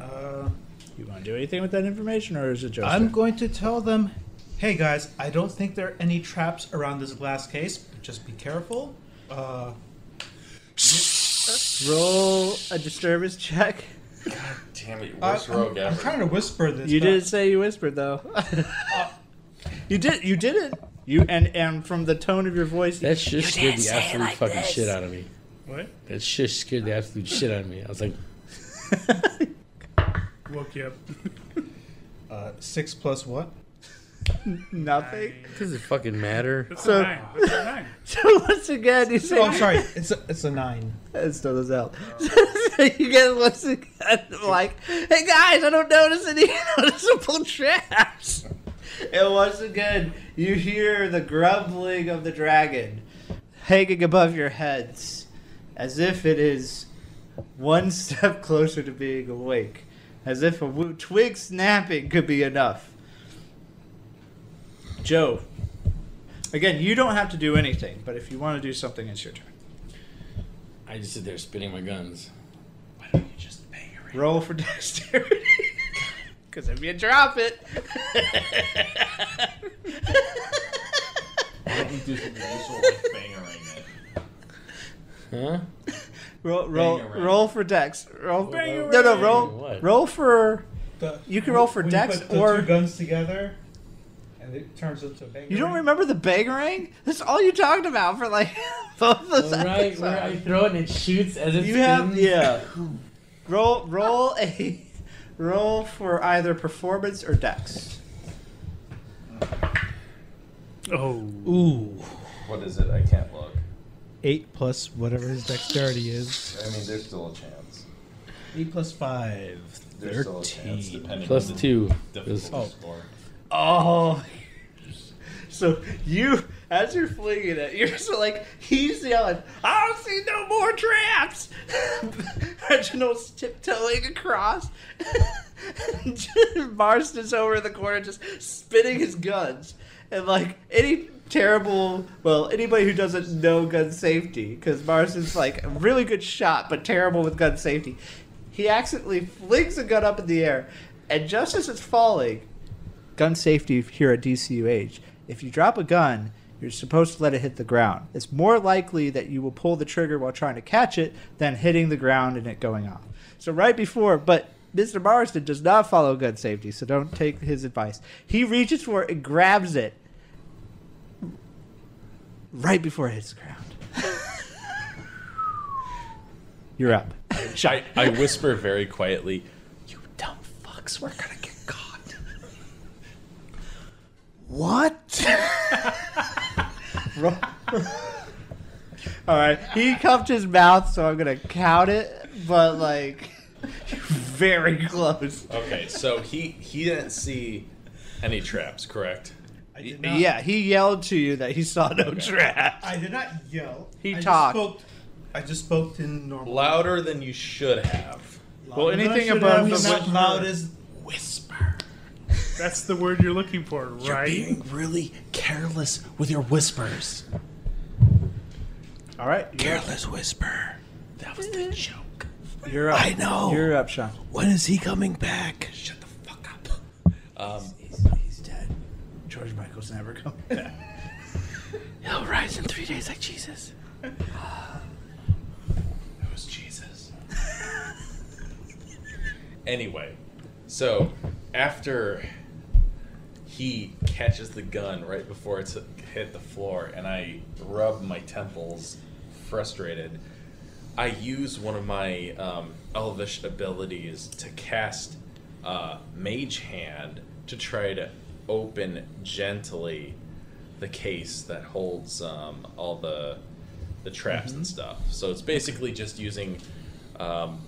Speaker 3: Uh,
Speaker 2: You want to do anything with that information, or is it just?
Speaker 3: I'm going to tell them hey guys, I don't think there are any traps around this glass case. Just be careful. Uh,
Speaker 2: roll a disturbance check.
Speaker 1: Damn it,
Speaker 3: I-
Speaker 1: worst rogue
Speaker 3: I'm, I'm
Speaker 1: ever.
Speaker 3: trying to whisper this.
Speaker 2: You
Speaker 3: but-
Speaker 2: didn't say you whispered though. you did. You did it. You and and from the tone of your voice,
Speaker 4: That shit scared the absolute fucking shit out of me.
Speaker 6: what?
Speaker 4: That shit scared the absolute shit out of me. I was like,
Speaker 6: Woke you up.
Speaker 3: Uh, 6 plus what?
Speaker 2: nothing.
Speaker 4: does it fucking matter?
Speaker 6: That's
Speaker 2: So-
Speaker 6: a nine. That's a nine.
Speaker 2: So once again, you say
Speaker 3: Oh, I'm sorry. It's a, it's a 9.
Speaker 2: It still does out. so you guys once again like, hey guys, I don't notice any noticeable traps. and once again, you hear the grumbling of the dragon hanging above your heads as if it is one step closer to being awake, as if a wo- twig snapping could be enough. Joe, again, you don't have to do anything, but if you want to do something, it's your turn.
Speaker 4: I just sit there spinning my guns.
Speaker 2: Roll for dexterity. Because if you drop it.
Speaker 4: Huh?
Speaker 2: roll, roll,
Speaker 1: around.
Speaker 2: roll for dex. Roll,
Speaker 3: Bang
Speaker 2: no, no,
Speaker 3: around.
Speaker 2: roll,
Speaker 4: What?
Speaker 2: roll for.
Speaker 3: The-
Speaker 2: You can roll for
Speaker 3: when you
Speaker 2: dex
Speaker 3: put the
Speaker 2: or-
Speaker 3: two guns together, and it turns into a bang.
Speaker 2: You don't remember the bangarang? That's all you talked about for like both those
Speaker 4: Right,
Speaker 2: episodes.
Speaker 4: where I throw it and it shoots as it's
Speaker 2: You have
Speaker 4: in-
Speaker 2: yeah. Roll, roll a, roll for either performance or dex.
Speaker 6: Oh.
Speaker 13: Ooh.
Speaker 1: What is it? I can't look.
Speaker 13: Eight plus whatever his dexterity is.
Speaker 1: I mean, there's still a chance.
Speaker 3: Eight plus five.
Speaker 1: There's still a chance depending
Speaker 4: Plus
Speaker 1: on
Speaker 4: two.
Speaker 1: the
Speaker 4: Is-
Speaker 1: difficulty score.
Speaker 2: Oh. So you, as you're flinging it, you're just like he's yelling, "I don't see no more traps." Reginald's tiptoeing across. Marston's over in the corner, just spinning his guns, and like any terrible, well, anybody who doesn't know gun safety, because Marston's like a really good shot but terrible with gun safety. He accidentally flings a gun up in the air, and just as it's falling, gun safety here at DCUH. If you drop a gun, you're supposed to let it hit the ground. It's more likely that you will pull the trigger while trying to catch it than hitting the ground and it going off. So right before, but Mr. Marston does not follow gun safety, so don't take his advice. He reaches for it and grabs it right before it hits the ground. you're up.
Speaker 1: I, I whisper very quietly, "You dumb fucks, we're gonna get caught."
Speaker 14: What?
Speaker 2: All right, he cupped his mouth, so I'm gonna count it, but like, very close.
Speaker 1: Okay, so he he didn't see any traps, correct?
Speaker 3: I did not,
Speaker 2: Yeah, he yelled to you that he saw no traps.
Speaker 3: I did not yell.
Speaker 2: He
Speaker 3: I
Speaker 2: talked.
Speaker 3: Just spoke, I just spoke in normal.
Speaker 1: Louder than you should have.
Speaker 2: Well, anything
Speaker 3: Should
Speaker 2: above
Speaker 3: have
Speaker 2: the
Speaker 3: been
Speaker 2: whisper.
Speaker 3: loud as
Speaker 14: Whisper.
Speaker 6: That's the word you're looking for,
Speaker 14: You're
Speaker 6: right?
Speaker 14: being really careless with your whispers.
Speaker 2: All right,
Speaker 14: Careless whisper. That was the joke.
Speaker 2: you're up.
Speaker 14: I know.
Speaker 2: You're up, Sean.
Speaker 14: When is he coming back? Shut the fuck up.
Speaker 2: He's dead. George Michael's never coming back.
Speaker 14: He'll rise in three days like Jesus.
Speaker 1: was Jesus. anyway, so after he catches the gun right before it's hit the floor, and I rub my temples, frustrated. I use one of my um, elvish abilities to cast uh, Mage Hand to try to open gently the case that holds um, all the the traps
Speaker 2: Mm-hmm.
Speaker 1: and stuff. So it's basically just using, um,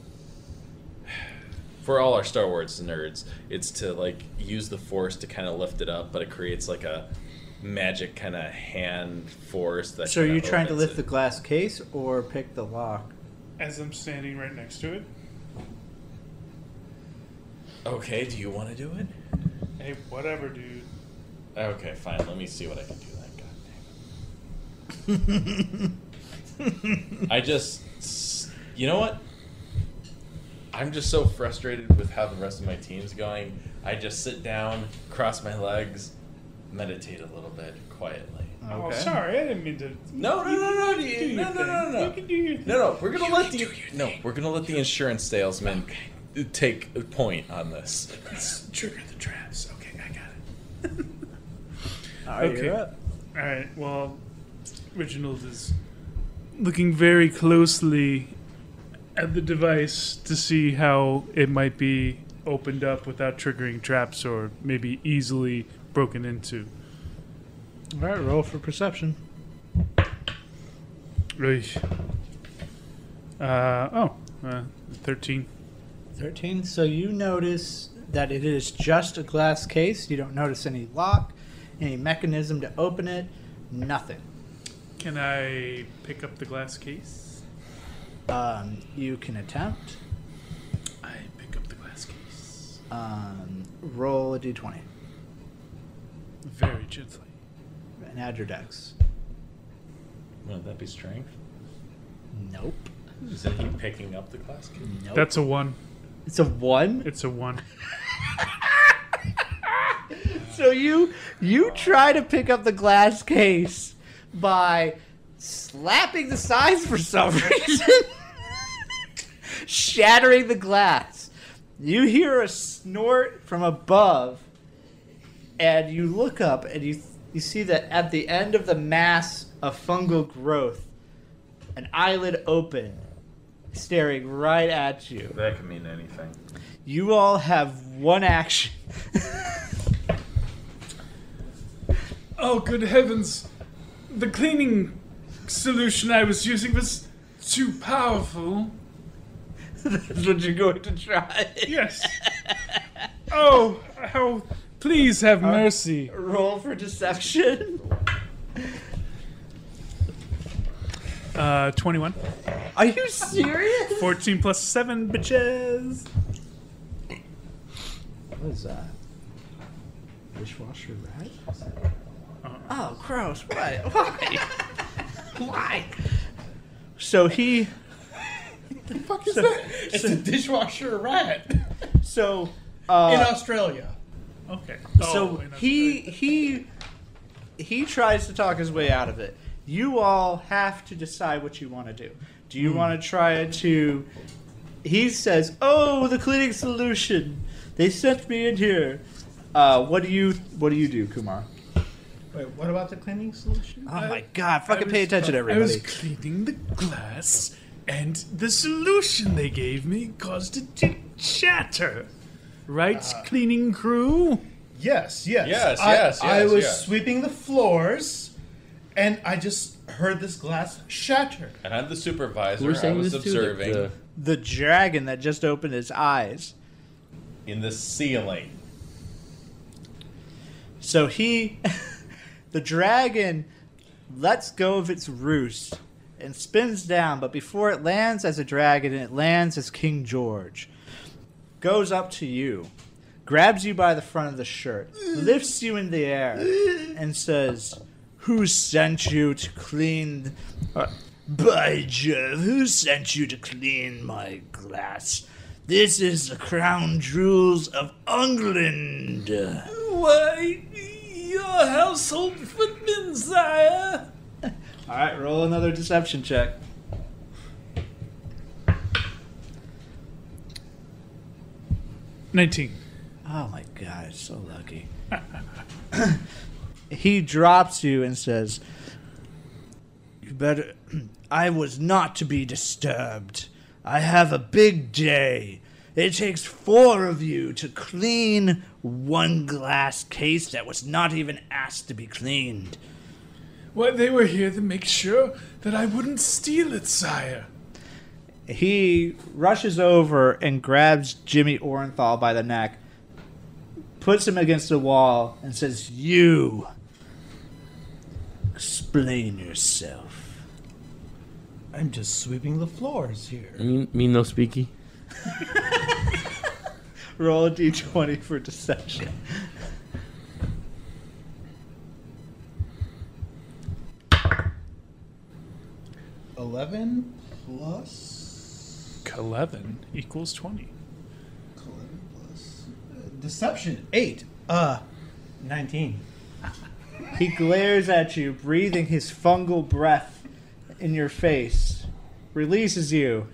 Speaker 1: for all our Star Wars nerds, it's to like use the force to kind of lift it up, but it creates like a magic kind of hand force that.
Speaker 2: So are
Speaker 1: kinda
Speaker 2: you trying to
Speaker 1: opens
Speaker 2: lift
Speaker 1: it.
Speaker 2: the glass case or pick the lock?
Speaker 6: As I'm standing right next to it,
Speaker 1: Okay, do you want to do it?
Speaker 6: hey, whatever, dude.
Speaker 1: Okay, fine. Let me see what I can do. Then, God damn it! I just, s- you know what? I'm just so frustrated with how the rest of my team's going. I just sit down, cross my legs, meditate a little bit quietly.
Speaker 6: Oh, sorry, I didn't mean to.
Speaker 1: No, no, no, no,
Speaker 6: You
Speaker 1: you,
Speaker 6: can do your
Speaker 1: no, no, no,
Speaker 6: thing.
Speaker 1: no.
Speaker 6: You can do your thing.
Speaker 1: No, no, we're gonna let the no, we're gonna let the insurance salesman take a point on this.
Speaker 6: Trigger the traps. Okay, I got it.
Speaker 2: All right,
Speaker 6: Okay.
Speaker 2: you're up.
Speaker 6: All right. Well, Reginald is looking very closely at the device to see how it might be opened up without triggering traps or maybe easily broken into.
Speaker 13: All right, roll for perception.
Speaker 6: Eesh. Uh, oh, uh, 13.
Speaker 2: 13. So you notice that it is just a glass case. You don't notice any lock. any mechanism to open it, nothing.
Speaker 6: Can I pick up the glass case?
Speaker 2: Um, you can attempt.
Speaker 6: I pick up the glass case
Speaker 2: Um, roll a d20
Speaker 6: very gently.
Speaker 2: and add your dex.
Speaker 1: Wouldn't that be strength?
Speaker 2: Nope.
Speaker 1: Is that you picking up the glass case?
Speaker 2: Nope.
Speaker 6: That's a one.
Speaker 2: it's a one.
Speaker 6: It's a one.
Speaker 2: So you you try to pick up the glass case by slapping the sides for some reason, shattering the glass. You hear a snort from above, and you look up and you you see that at the end of the mass of fungal growth, an eyelid open, staring right at you.
Speaker 15: That could mean anything.
Speaker 2: You all have one action.
Speaker 6: Oh, good heavens! The cleaning solution I was using was too powerful.
Speaker 2: That's what you're going to try.
Speaker 6: Yes. Oh, how. Please have mercy.
Speaker 2: Roll for deception.
Speaker 6: Uh, 21.
Speaker 2: Are you serious?
Speaker 6: 14 plus 7, bitches.
Speaker 2: What is that? Dishwasher rat? Oh, gross. Why? Why? Why? So he.
Speaker 4: It's a dishwasher rat
Speaker 2: So.
Speaker 3: in
Speaker 2: Uh,
Speaker 3: Australia.
Speaker 6: Okay.
Speaker 4: Oh,
Speaker 6: Oh,
Speaker 2: so he he he tries to talk his way out of it. You all have to decide what you want to do. Do
Speaker 4: Hmm.
Speaker 2: you want to try to? He says, "Oh, the cleaning solution. They sent me in here. Uh, what do you what do you do, Kumar?
Speaker 3: Wait, what about the cleaning solution?
Speaker 2: Oh my god! Fucking pay attention,
Speaker 6: I was
Speaker 2: everybody.
Speaker 6: cleaning the glass, and the solution they gave me caused it to chatter. Right, cleaning crew?
Speaker 3: Yes, yes.
Speaker 1: Yes,
Speaker 3: I,
Speaker 1: yes,
Speaker 3: I
Speaker 1: yes,
Speaker 3: was
Speaker 1: yes.
Speaker 3: sweeping the floors, and I just heard this glass shatter.
Speaker 1: And I'm the supervisor.
Speaker 4: Who are
Speaker 1: I
Speaker 4: saying
Speaker 1: was
Speaker 4: this to? Like
Speaker 1: observing
Speaker 4: the-
Speaker 2: the dragon that just opened its eyes.
Speaker 1: in the ceiling.
Speaker 2: So he, the dragon, lets go of its roost and spins down. But before it lands as a dragon, it lands as King George. Goes up to you, grabs you by the front of the shirt, lifts you in the air, and says, "Who sent you to clean?" uh, by Jove, who sent you to clean my glass? This is the crown jewels of England.
Speaker 6: Why, your household footman, sire.
Speaker 2: All right, roll another deception check.
Speaker 6: Nineteen.
Speaker 2: Oh my god, it's so lucky. he drops you and says, "You better I was not to be disturbed. I have a big day. It takes four of you to clean one glass case that was not even asked to be cleaned.
Speaker 6: Why they were here to make sure that I wouldn't steal it, sire.
Speaker 2: he rushes over and grabs Jimmy Orenthal by the neck, puts him against the wall, and says, You explain yourself.
Speaker 11: I'm just sweeping the floors here.
Speaker 7: Mean, mean no speaky.
Speaker 2: Roll a d20 for deception.
Speaker 3: Eleven plus.
Speaker 6: Eleven equals twenty.
Speaker 3: Eleven plus. uh, Deception eight. Uh, nineteen.
Speaker 2: He glares at you, breathing his fungal breath in your face, releases you,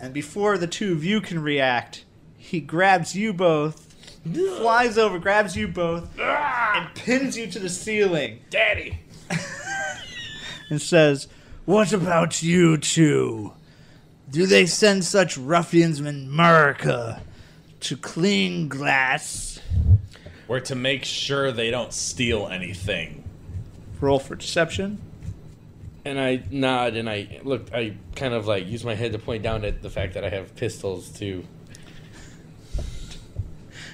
Speaker 2: and before the two of you can react, he grabs you both, flies over, grabs you both, and pins you to the ceiling. Daddy! and says, What about you two? Do they send such ruffians in America to clean glass?
Speaker 1: We're to make sure they don't steal anything.
Speaker 2: Roll for deception.
Speaker 4: And I nod and I look. I kind of like use my head to point down at the fact that I have pistols too.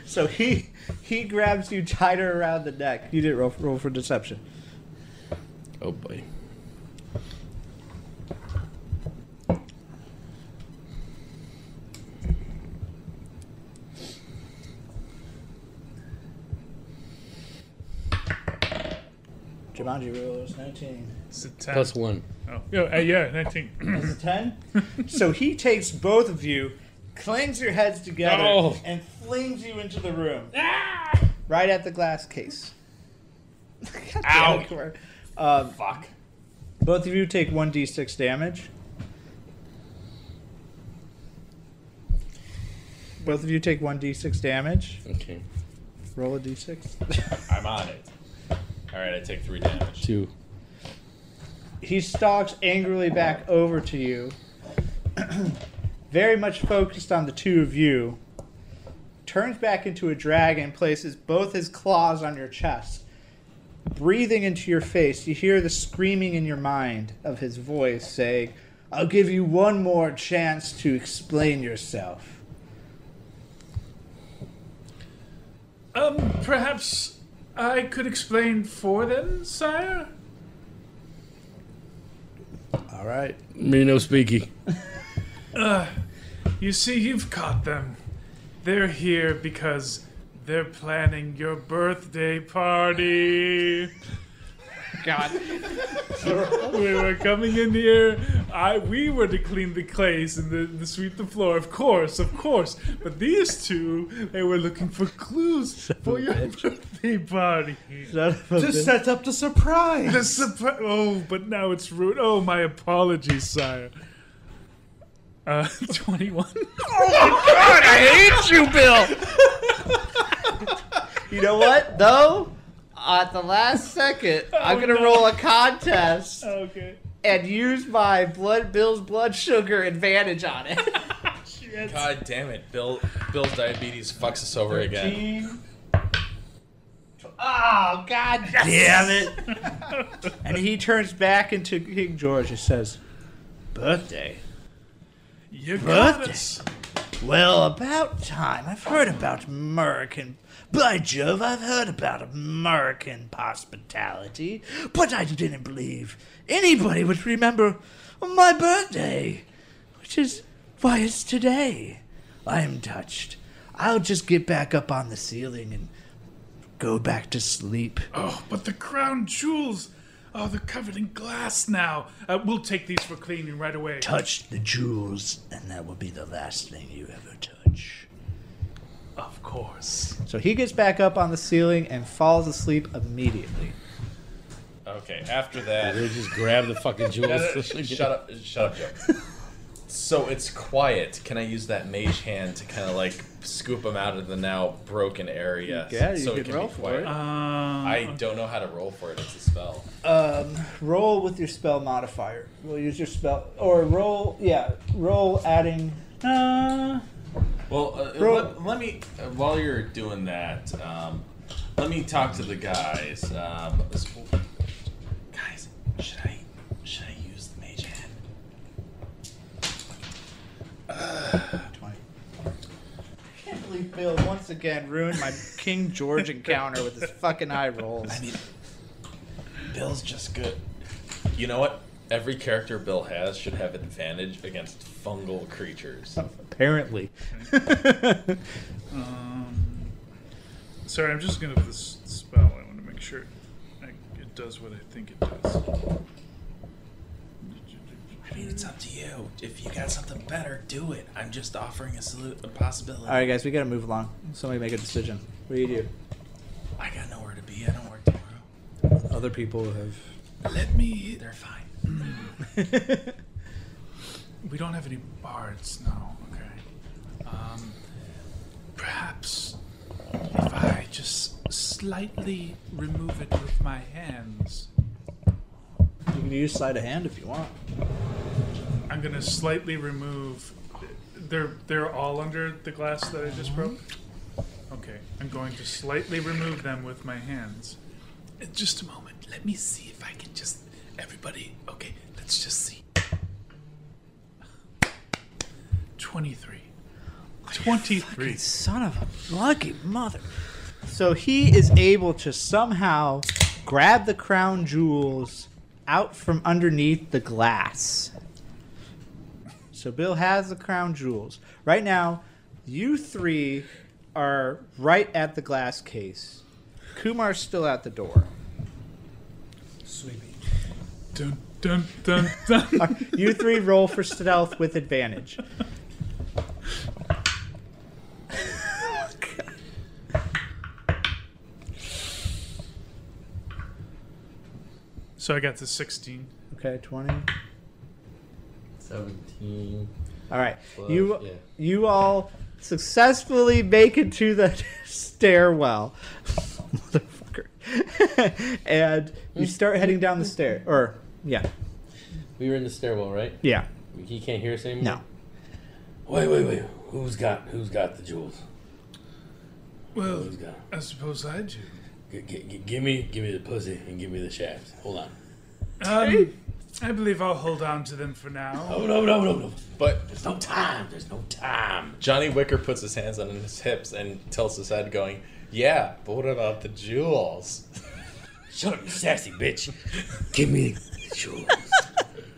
Speaker 2: So he he grabs you tighter around the neck. You didn't roll, roll for deception.
Speaker 4: Oh boy.
Speaker 2: Jumanji rolls 19.
Speaker 6: It's a 10.
Speaker 4: Plus one.
Speaker 6: Oh. Yeah, uh, yeah, 19.
Speaker 2: That's a 10. so he takes both of you, clings your heads together,
Speaker 4: Oh.
Speaker 2: and flings you into the room. Right at the glass case. God damn it, Cor- Um, Fuck. Both of you take 1d6 damage. Both of you take 1d6 damage.
Speaker 4: Okay.
Speaker 2: Roll a d6.
Speaker 1: I'm on it. All right, I take three damage.
Speaker 4: Two.
Speaker 2: he stalks angrily back over to you, very much focused on the two of you. Turns back into a dragon, places both his claws on your chest. Breathing into your face, you hear the screaming in your mind of his voice saying, I'll give you one more chance to explain yourself.
Speaker 6: Um, perhaps I could explain for them, sire?
Speaker 2: All right.
Speaker 4: Me no speaky.
Speaker 6: You see, you've caught them. They're here because they're planning your birthday party.
Speaker 12: God.
Speaker 6: we were coming in here. I we were to clean the clays and the, the sweep the floor, of course, of course. But these two, they were looking for clues for your birthday party.
Speaker 3: To set up the surprise.
Speaker 6: The surpri- oh, but now it's rude. Oh, my apologies, sire. Uh, twenty-one.
Speaker 2: You know what, though? At the last second,
Speaker 3: Oh,
Speaker 2: I'm going to roll a contest.
Speaker 6: okay.
Speaker 2: and use my blood Bill's blood sugar advantage on it.
Speaker 1: God damn it, Bill! Bill's diabetes fucks us over again.
Speaker 2: oh God damn it! and he turns back into King George and says, "Birthday?
Speaker 6: You got
Speaker 2: Birthday?
Speaker 6: it.
Speaker 2: Well, about time. I've heard about American. By Jove, I've heard about American hospitality, but I didn't believe anybody would remember my birthday, which is why it's today. I am touched. I'll just get back up on the ceiling and go back to sleep.
Speaker 6: Oh, but the crown jewels. Oh, they're covered in glass now. Uh, we'll take these for cleaning right away.
Speaker 2: Touch the jewels, and that will be the last thing you ever touch.
Speaker 6: Of course.
Speaker 2: So he gets back up on the ceiling and falls asleep immediately.
Speaker 1: Okay, after that.
Speaker 4: They just grab the fucking
Speaker 1: No,
Speaker 4: jewels.
Speaker 1: no, shut up! Shut up, Joe. so it's quiet. Can I use that mage hand to kind of like scoop him out of the now broken area?
Speaker 2: Yeah, you
Speaker 1: so
Speaker 2: can roll for it.
Speaker 6: Um,
Speaker 1: I don't know how to roll for it. It's a spell.
Speaker 2: Um, roll with your spell modifier. We'll use your spell or roll. Yeah, roll adding. Uh,
Speaker 1: Well, uh,
Speaker 2: Roll.
Speaker 1: let, let me uh, while you're doing that, um, let me talk to the guys. Um, this- guys, should I should I use the mage hand?
Speaker 2: I can't believe Bill once again ruined my King George encounter with his fucking eye rolls.
Speaker 1: I mean, Bill's just good. You know what? Every character Bill has should have advantage against fungal creatures.
Speaker 2: Apparently,
Speaker 6: um, sorry, I'm just gonna this spell. I want to make sure I, it does what I think it does.
Speaker 1: I mean, it's up to you. If you got something better, do it. I'm just offering a salute, a possibility.
Speaker 2: all right, guys, we gotta move along. Somebody make a decision. What do you do?
Speaker 1: I got nowhere to be. I don't work tomorrow.
Speaker 2: Other people have.
Speaker 1: Let me. They're fine.
Speaker 6: We don't have any bards, no. Okay. Um, perhaps if I just slightly remove it with my hands.
Speaker 2: You can use sleight of hand if you want.
Speaker 6: I'm gonna slightly remove. They're they're all under the glass that I just broke. Okay, I'm going to slightly remove them with my hands. Uh, Just a moment. Let me see if I can just. Everybody, okay, let's just see. Twenty-three. Twenty-three.
Speaker 2: Son of a lucky mother. So he is able to somehow grab the crown jewels out from underneath the glass. So Bill has the crown jewels. Right now, you three are right at the glass case. Kumar's still at the door.
Speaker 6: Dun dun dun dun.
Speaker 2: You three roll for stealth with advantage.
Speaker 6: so I got the sixteen.
Speaker 2: Okay, 20.
Speaker 4: 17.
Speaker 2: All right.
Speaker 4: Well,
Speaker 2: you
Speaker 4: yeah.
Speaker 2: you all successfully make it to the stairwell. Motherfucker. and you start heading down the stair or yeah.
Speaker 4: We were in the stairwell, right?
Speaker 2: Yeah.
Speaker 4: He can't hear us anymore?
Speaker 2: No.
Speaker 4: Wait, wait, wait. Who's got who's got the jewels?
Speaker 6: Well,
Speaker 4: Who's got? 'em?
Speaker 6: I suppose I do.
Speaker 4: G- g- g- give me give me the pussy and give me the shaft. Hold on.
Speaker 6: Um, I believe I'll hold on to them for now.
Speaker 4: Oh no no no no.
Speaker 1: But
Speaker 4: There's no time. There's no time.
Speaker 1: Johnny Wicker puts his hands on his hips and tilts his head, going, "Yeah, but what about the jewels?
Speaker 4: Shut up, you sassy bitch. Give me the jewels.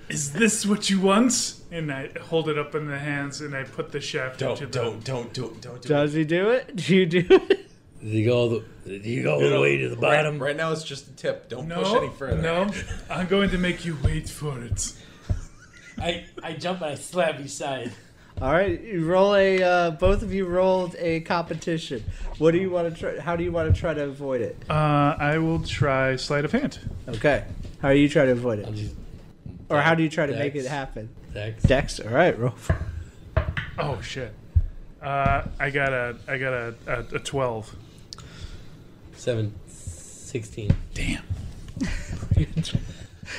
Speaker 6: Is this what you want? And I hold it up in the hands and I put the shaft
Speaker 1: Don't,
Speaker 6: into the.
Speaker 1: don't, don't, don't, don't do
Speaker 2: Does he do it? Do you do it?
Speaker 4: Did you go all the, did you go all the way to the bottom?
Speaker 1: Right now, it's just a tip. Don't
Speaker 6: No,
Speaker 1: push any further.
Speaker 6: no, I'm going to make you wait for it.
Speaker 4: I, I jump and I slap his side.
Speaker 2: All right, you roll a uh, both of you rolled a competition. What do you want to try how do you want to try to avoid it?
Speaker 6: Uh, I will try sleight of hand.
Speaker 2: Okay. How are you trying to avoid
Speaker 4: I'm
Speaker 2: it?
Speaker 4: just
Speaker 2: Or how do you try to make it
Speaker 4: Dex.
Speaker 2: happen?
Speaker 4: Dex.
Speaker 2: Dex. All right, roll. for-
Speaker 6: Oh shit! Uh, I got a, I got a, a, a twelve.
Speaker 4: Seven. Sixteen.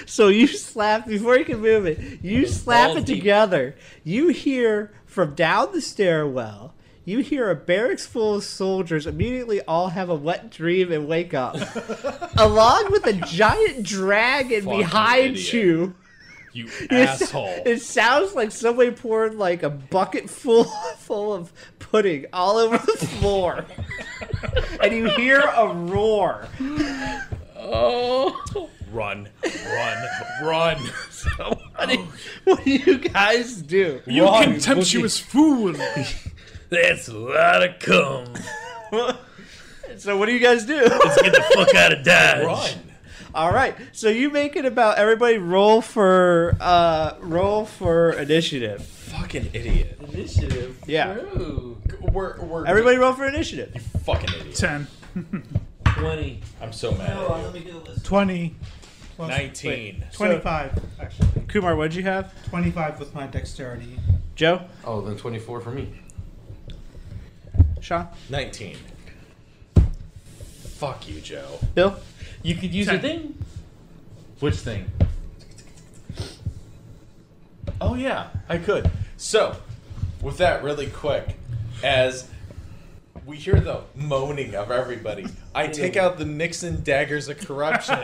Speaker 2: So you slap before you can move it. You slap
Speaker 4: balls
Speaker 2: it
Speaker 4: deep.
Speaker 2: together. You hear from down the stairwell. You hear a barracks full of soldiers immediately all have a wet dream and wake up, along with a giant dragon
Speaker 1: Fucking
Speaker 2: behind
Speaker 1: idiot.
Speaker 2: you.
Speaker 1: You
Speaker 2: It s-
Speaker 1: asshole.
Speaker 2: It sounds like somebody poured like a bucket full full of pudding all over the floor, and you hear a roar.
Speaker 1: Run, run, run. Oh.
Speaker 2: What do you guys do?
Speaker 6: You contemptuous fool!
Speaker 4: That's a lot of cum.
Speaker 2: So what do you guys do?
Speaker 4: Get the fuck out of Dodge.
Speaker 1: Run.
Speaker 2: All right, so you make it about everybody roll for uh roll for initiative.
Speaker 1: Fucking idiot.
Speaker 4: Initiative.
Speaker 2: Yeah.
Speaker 4: Ooh,
Speaker 1: We're, we're
Speaker 2: Everybody roll for initiative.
Speaker 1: fucking idiot.
Speaker 6: Ten.
Speaker 4: Twenty.
Speaker 1: I'm so mad. at you.
Speaker 3: 20. Plus,
Speaker 1: 19.
Speaker 3: 25, actually.
Speaker 2: Kumar, what'd you have?
Speaker 3: 25 with my dexterity.
Speaker 2: Joe,
Speaker 4: Oh, then twenty-four for me.
Speaker 2: Sean,
Speaker 1: 19. Fuck you, Joe.
Speaker 2: Bill.
Speaker 4: You could use a thing.
Speaker 1: Which thing? Oh, yeah, I could. So, with that, really quick, as we hear the moaning of everybody, I take out the Nixon daggers of corruption.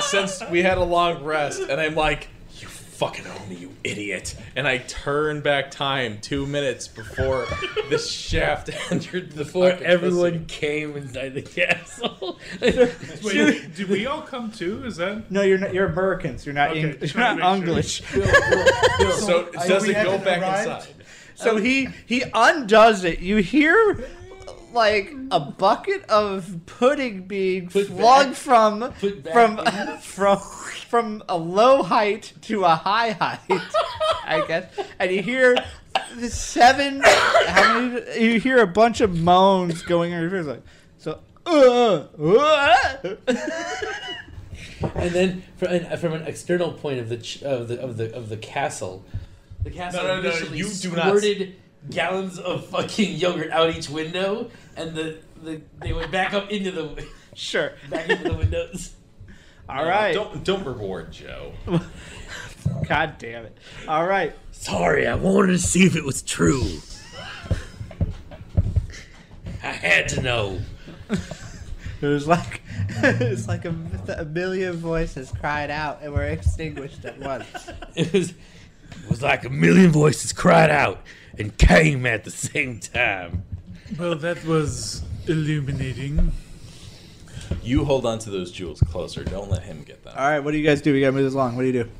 Speaker 1: Since we had a long rest, and I'm like, you fucking owe me, you idiot. And I turn back time two minutes before the shaft entered the
Speaker 4: Before
Speaker 1: fucking
Speaker 4: everyone
Speaker 1: pussy.
Speaker 4: came inside the castle.
Speaker 6: Wait, did we all come too? Is that?
Speaker 2: No, you're not, you're Americans. You're not
Speaker 6: Okay,
Speaker 2: Eng-
Speaker 6: just
Speaker 2: you're not
Speaker 6: wanted to make
Speaker 2: English.
Speaker 1: So, it
Speaker 3: I-
Speaker 1: does
Speaker 3: we
Speaker 1: it go
Speaker 3: haven't
Speaker 1: back
Speaker 3: arrived?
Speaker 1: inside?
Speaker 2: So he he undoes it. You hear like a bucket of pudding being
Speaker 4: Put
Speaker 2: flung
Speaker 4: back-
Speaker 2: from
Speaker 4: put back
Speaker 2: from
Speaker 4: in.
Speaker 2: from from a low height to a high height, I guess. And you hear the seven. How many? You hear a bunch of moans going in your ears like so. Uh, uh.
Speaker 4: and then from, and uh, from an external point of the ch- of the of the of the castle, the castle
Speaker 1: No, no, no,
Speaker 4: initially
Speaker 1: you do not-
Speaker 4: squirted gallons of fucking yogurt out each window, and the, the they went back up into the
Speaker 2: sure.
Speaker 4: back into the windows.
Speaker 2: All right.
Speaker 1: Don't don't reward Joe.
Speaker 2: God damn it. All right.
Speaker 4: Sorry, I wanted to see if it was true. I had to know.
Speaker 2: It was like it was like a, a million voices cried out and were extinguished at once.
Speaker 4: It was it was like a million voices cried out, and came at the same time.
Speaker 6: Well, that was illuminating.
Speaker 1: You hold on to those jewels closer. Don't let him get them.
Speaker 2: All right, what do you guys do? We gotta move this along. What do you do?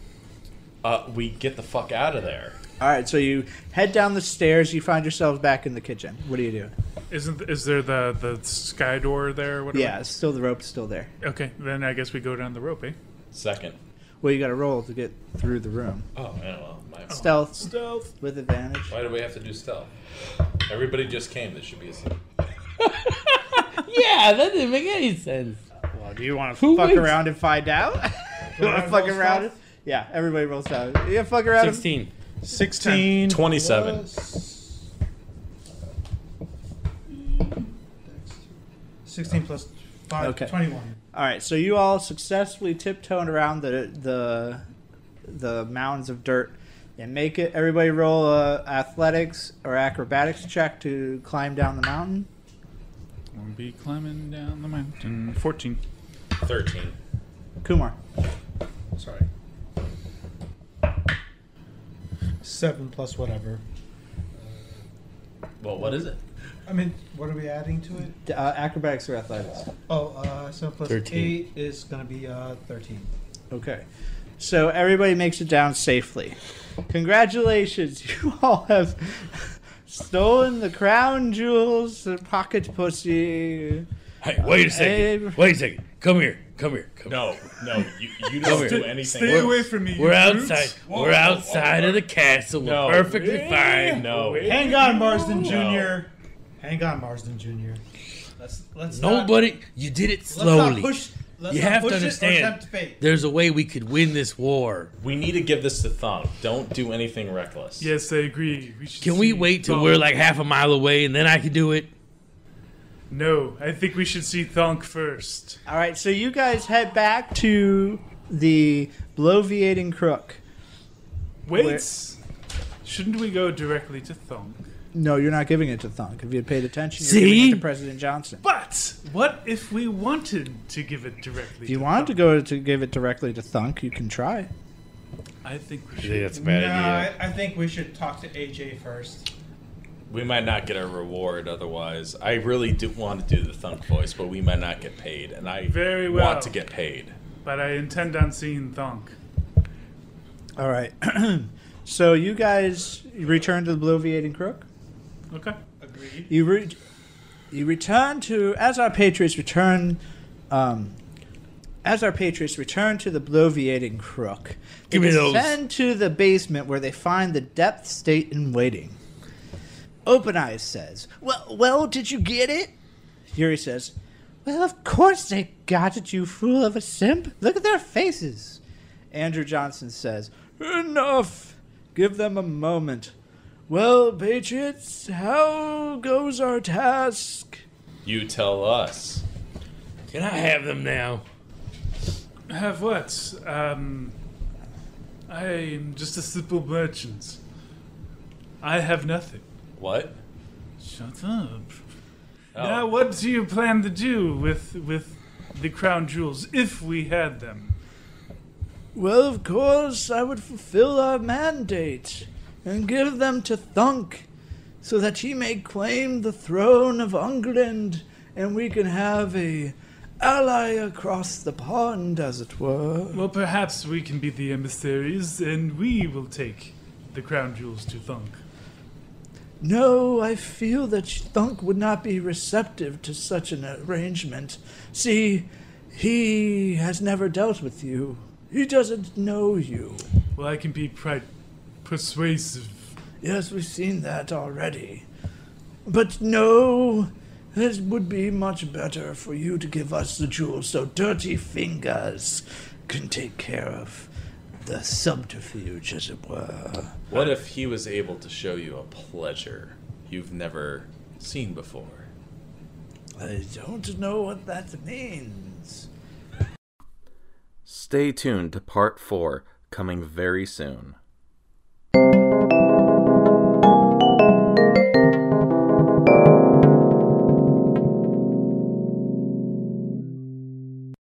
Speaker 1: Uh, we get the fuck out of there.
Speaker 2: All right, so you head down the stairs. You find yourselves back in the kitchen. What do you do?
Speaker 6: Isn't is there the the sky door there? Or whatever?
Speaker 2: Yeah, it's still the rope's still there.
Speaker 6: Okay, then I guess we go down the rope. Eh?
Speaker 1: Second.
Speaker 2: Well, you gotta roll to get through the room.
Speaker 1: Oh, I don't know. My,
Speaker 2: Stealth
Speaker 6: Stealth.
Speaker 2: with advantage.
Speaker 1: why do we have to do stealth? Everybody just came. This should be a stealth.
Speaker 4: Yeah, that didn't make any sense.
Speaker 2: Well, do you want to
Speaker 4: Who
Speaker 2: fuck
Speaker 4: wins?
Speaker 2: around and find out? you want to fuck around? and- Yeah, everybody rolls out. Yeah, fuck around. and-
Speaker 4: 16.
Speaker 3: 16.
Speaker 1: 27.
Speaker 3: plus- 16 plus 5,
Speaker 2: Okay.
Speaker 3: 21.
Speaker 2: All right, so you all successfully tiptoed around the the the mounds of dirt and make it. Everybody roll a athletics or acrobatics check to climb down the mountain.
Speaker 6: We'll be climbing down the mountain. Fourteen.
Speaker 1: 13.
Speaker 2: Kumar,
Speaker 3: Sorry. 7 plus whatever.
Speaker 1: Well, what is it?
Speaker 3: I mean, what are we adding to it?
Speaker 2: D- uh, acrobatics or athletics.
Speaker 3: Oh, uh, 7 plus
Speaker 4: 13.
Speaker 3: 8 is going to be uh, 13.
Speaker 2: Okay, so everybody makes it down safely. Congratulations, you all have stolen the crown jewels, the pocket pussy.
Speaker 4: Hey, wait a
Speaker 2: Hey.
Speaker 4: second. Wait a second. Come here. Come here. Come here.
Speaker 1: No, no, you, you don't do anything.
Speaker 6: Stay away from me.
Speaker 4: We're
Speaker 6: you
Speaker 4: outside.
Speaker 6: brutes.
Speaker 4: We're outside of the castle. We're
Speaker 1: No.
Speaker 4: perfectly fine.
Speaker 1: No.
Speaker 3: Hang on, Marsden Jr. Hang on, Marsden Jr. Let's, let's not-
Speaker 4: Nobody. You did it
Speaker 3: let's not
Speaker 4: slowly.
Speaker 3: push- let's
Speaker 4: you
Speaker 3: not
Speaker 4: have
Speaker 3: push
Speaker 4: to
Speaker 3: it or
Speaker 4: understand.
Speaker 3: tempt fate.
Speaker 4: There's a way we could win this war.
Speaker 1: We need to give this to Thong. Don't do anything reckless.
Speaker 6: Yes, I agree. We should
Speaker 4: Can we
Speaker 6: see
Speaker 4: wait till
Speaker 6: Thonk.
Speaker 4: we're like half a mile away and then I can do it?
Speaker 6: No, I think we should see Thonk first.
Speaker 2: All right, so you guys head back to the bloviating crook.
Speaker 6: Wait.
Speaker 2: Where-
Speaker 6: Shouldn't we go directly to Thonk?
Speaker 2: No, you're not giving it to Thunk. If you had paid attention, you're
Speaker 4: See?
Speaker 2: giving it to President Johnson.
Speaker 6: But what if we wanted to give it directly?
Speaker 2: If you wanted to go to give it directly to Thunk, you can try.
Speaker 6: I think we
Speaker 4: I
Speaker 6: should.
Speaker 4: think that's a
Speaker 3: No,
Speaker 4: bad idea.
Speaker 3: I, I think we should talk to AJ first.
Speaker 1: We might not get a reward otherwise. I really do want to do the thunk voice, but we might not get paid, and I
Speaker 6: Very well.
Speaker 1: want to get paid.
Speaker 6: But I intend on seeing Thonk.
Speaker 2: All right. so you guys return to the bloviating crook.
Speaker 6: Okay.
Speaker 3: Agreed.
Speaker 2: You re- you return to as our patriots return. Um, as our patriots return to the bloviating crook, they
Speaker 4: Give me those.
Speaker 2: descend to the basement where they find the depth state in waiting. Open Eyes says, "Well, well, did you get it?" Yuri says, "Well, of course they got it, you fool of a simp. Look at their faces." Andrew Johnson says, "Enough. Give them a moment. Well, patriots, how goes our task?"
Speaker 1: You tell us.
Speaker 4: Can I have them now?
Speaker 6: Have what? Um, I'm just a simple merchant. I have nothing.
Speaker 1: What?
Speaker 6: Shut up.
Speaker 1: Oh.
Speaker 6: Now, what do you plan to do with with the crown jewels if we had them?
Speaker 2: Well, of course, I would fulfill our mandate and give them to Thunk so that he may claim the throne of England and we can have a ally across the pond, as it were.
Speaker 6: Well, perhaps we can be the emissaries, and we will take the crown jewels to Thunk.
Speaker 2: No, I feel that Thunk would not be receptive to such an arrangement. See, he has never dealt with you. He doesn't know you.
Speaker 6: Well, I can be pri- persuasive.
Speaker 2: Yes, we've seen that already. But no, it would be much better for you to give us the jewels so Dirty Fingers can take care of the subterfuge, as it were.
Speaker 1: What if he was able to show you a pleasure you've never seen before?
Speaker 2: I don't know what that means.
Speaker 15: Stay tuned to part four coming very soon.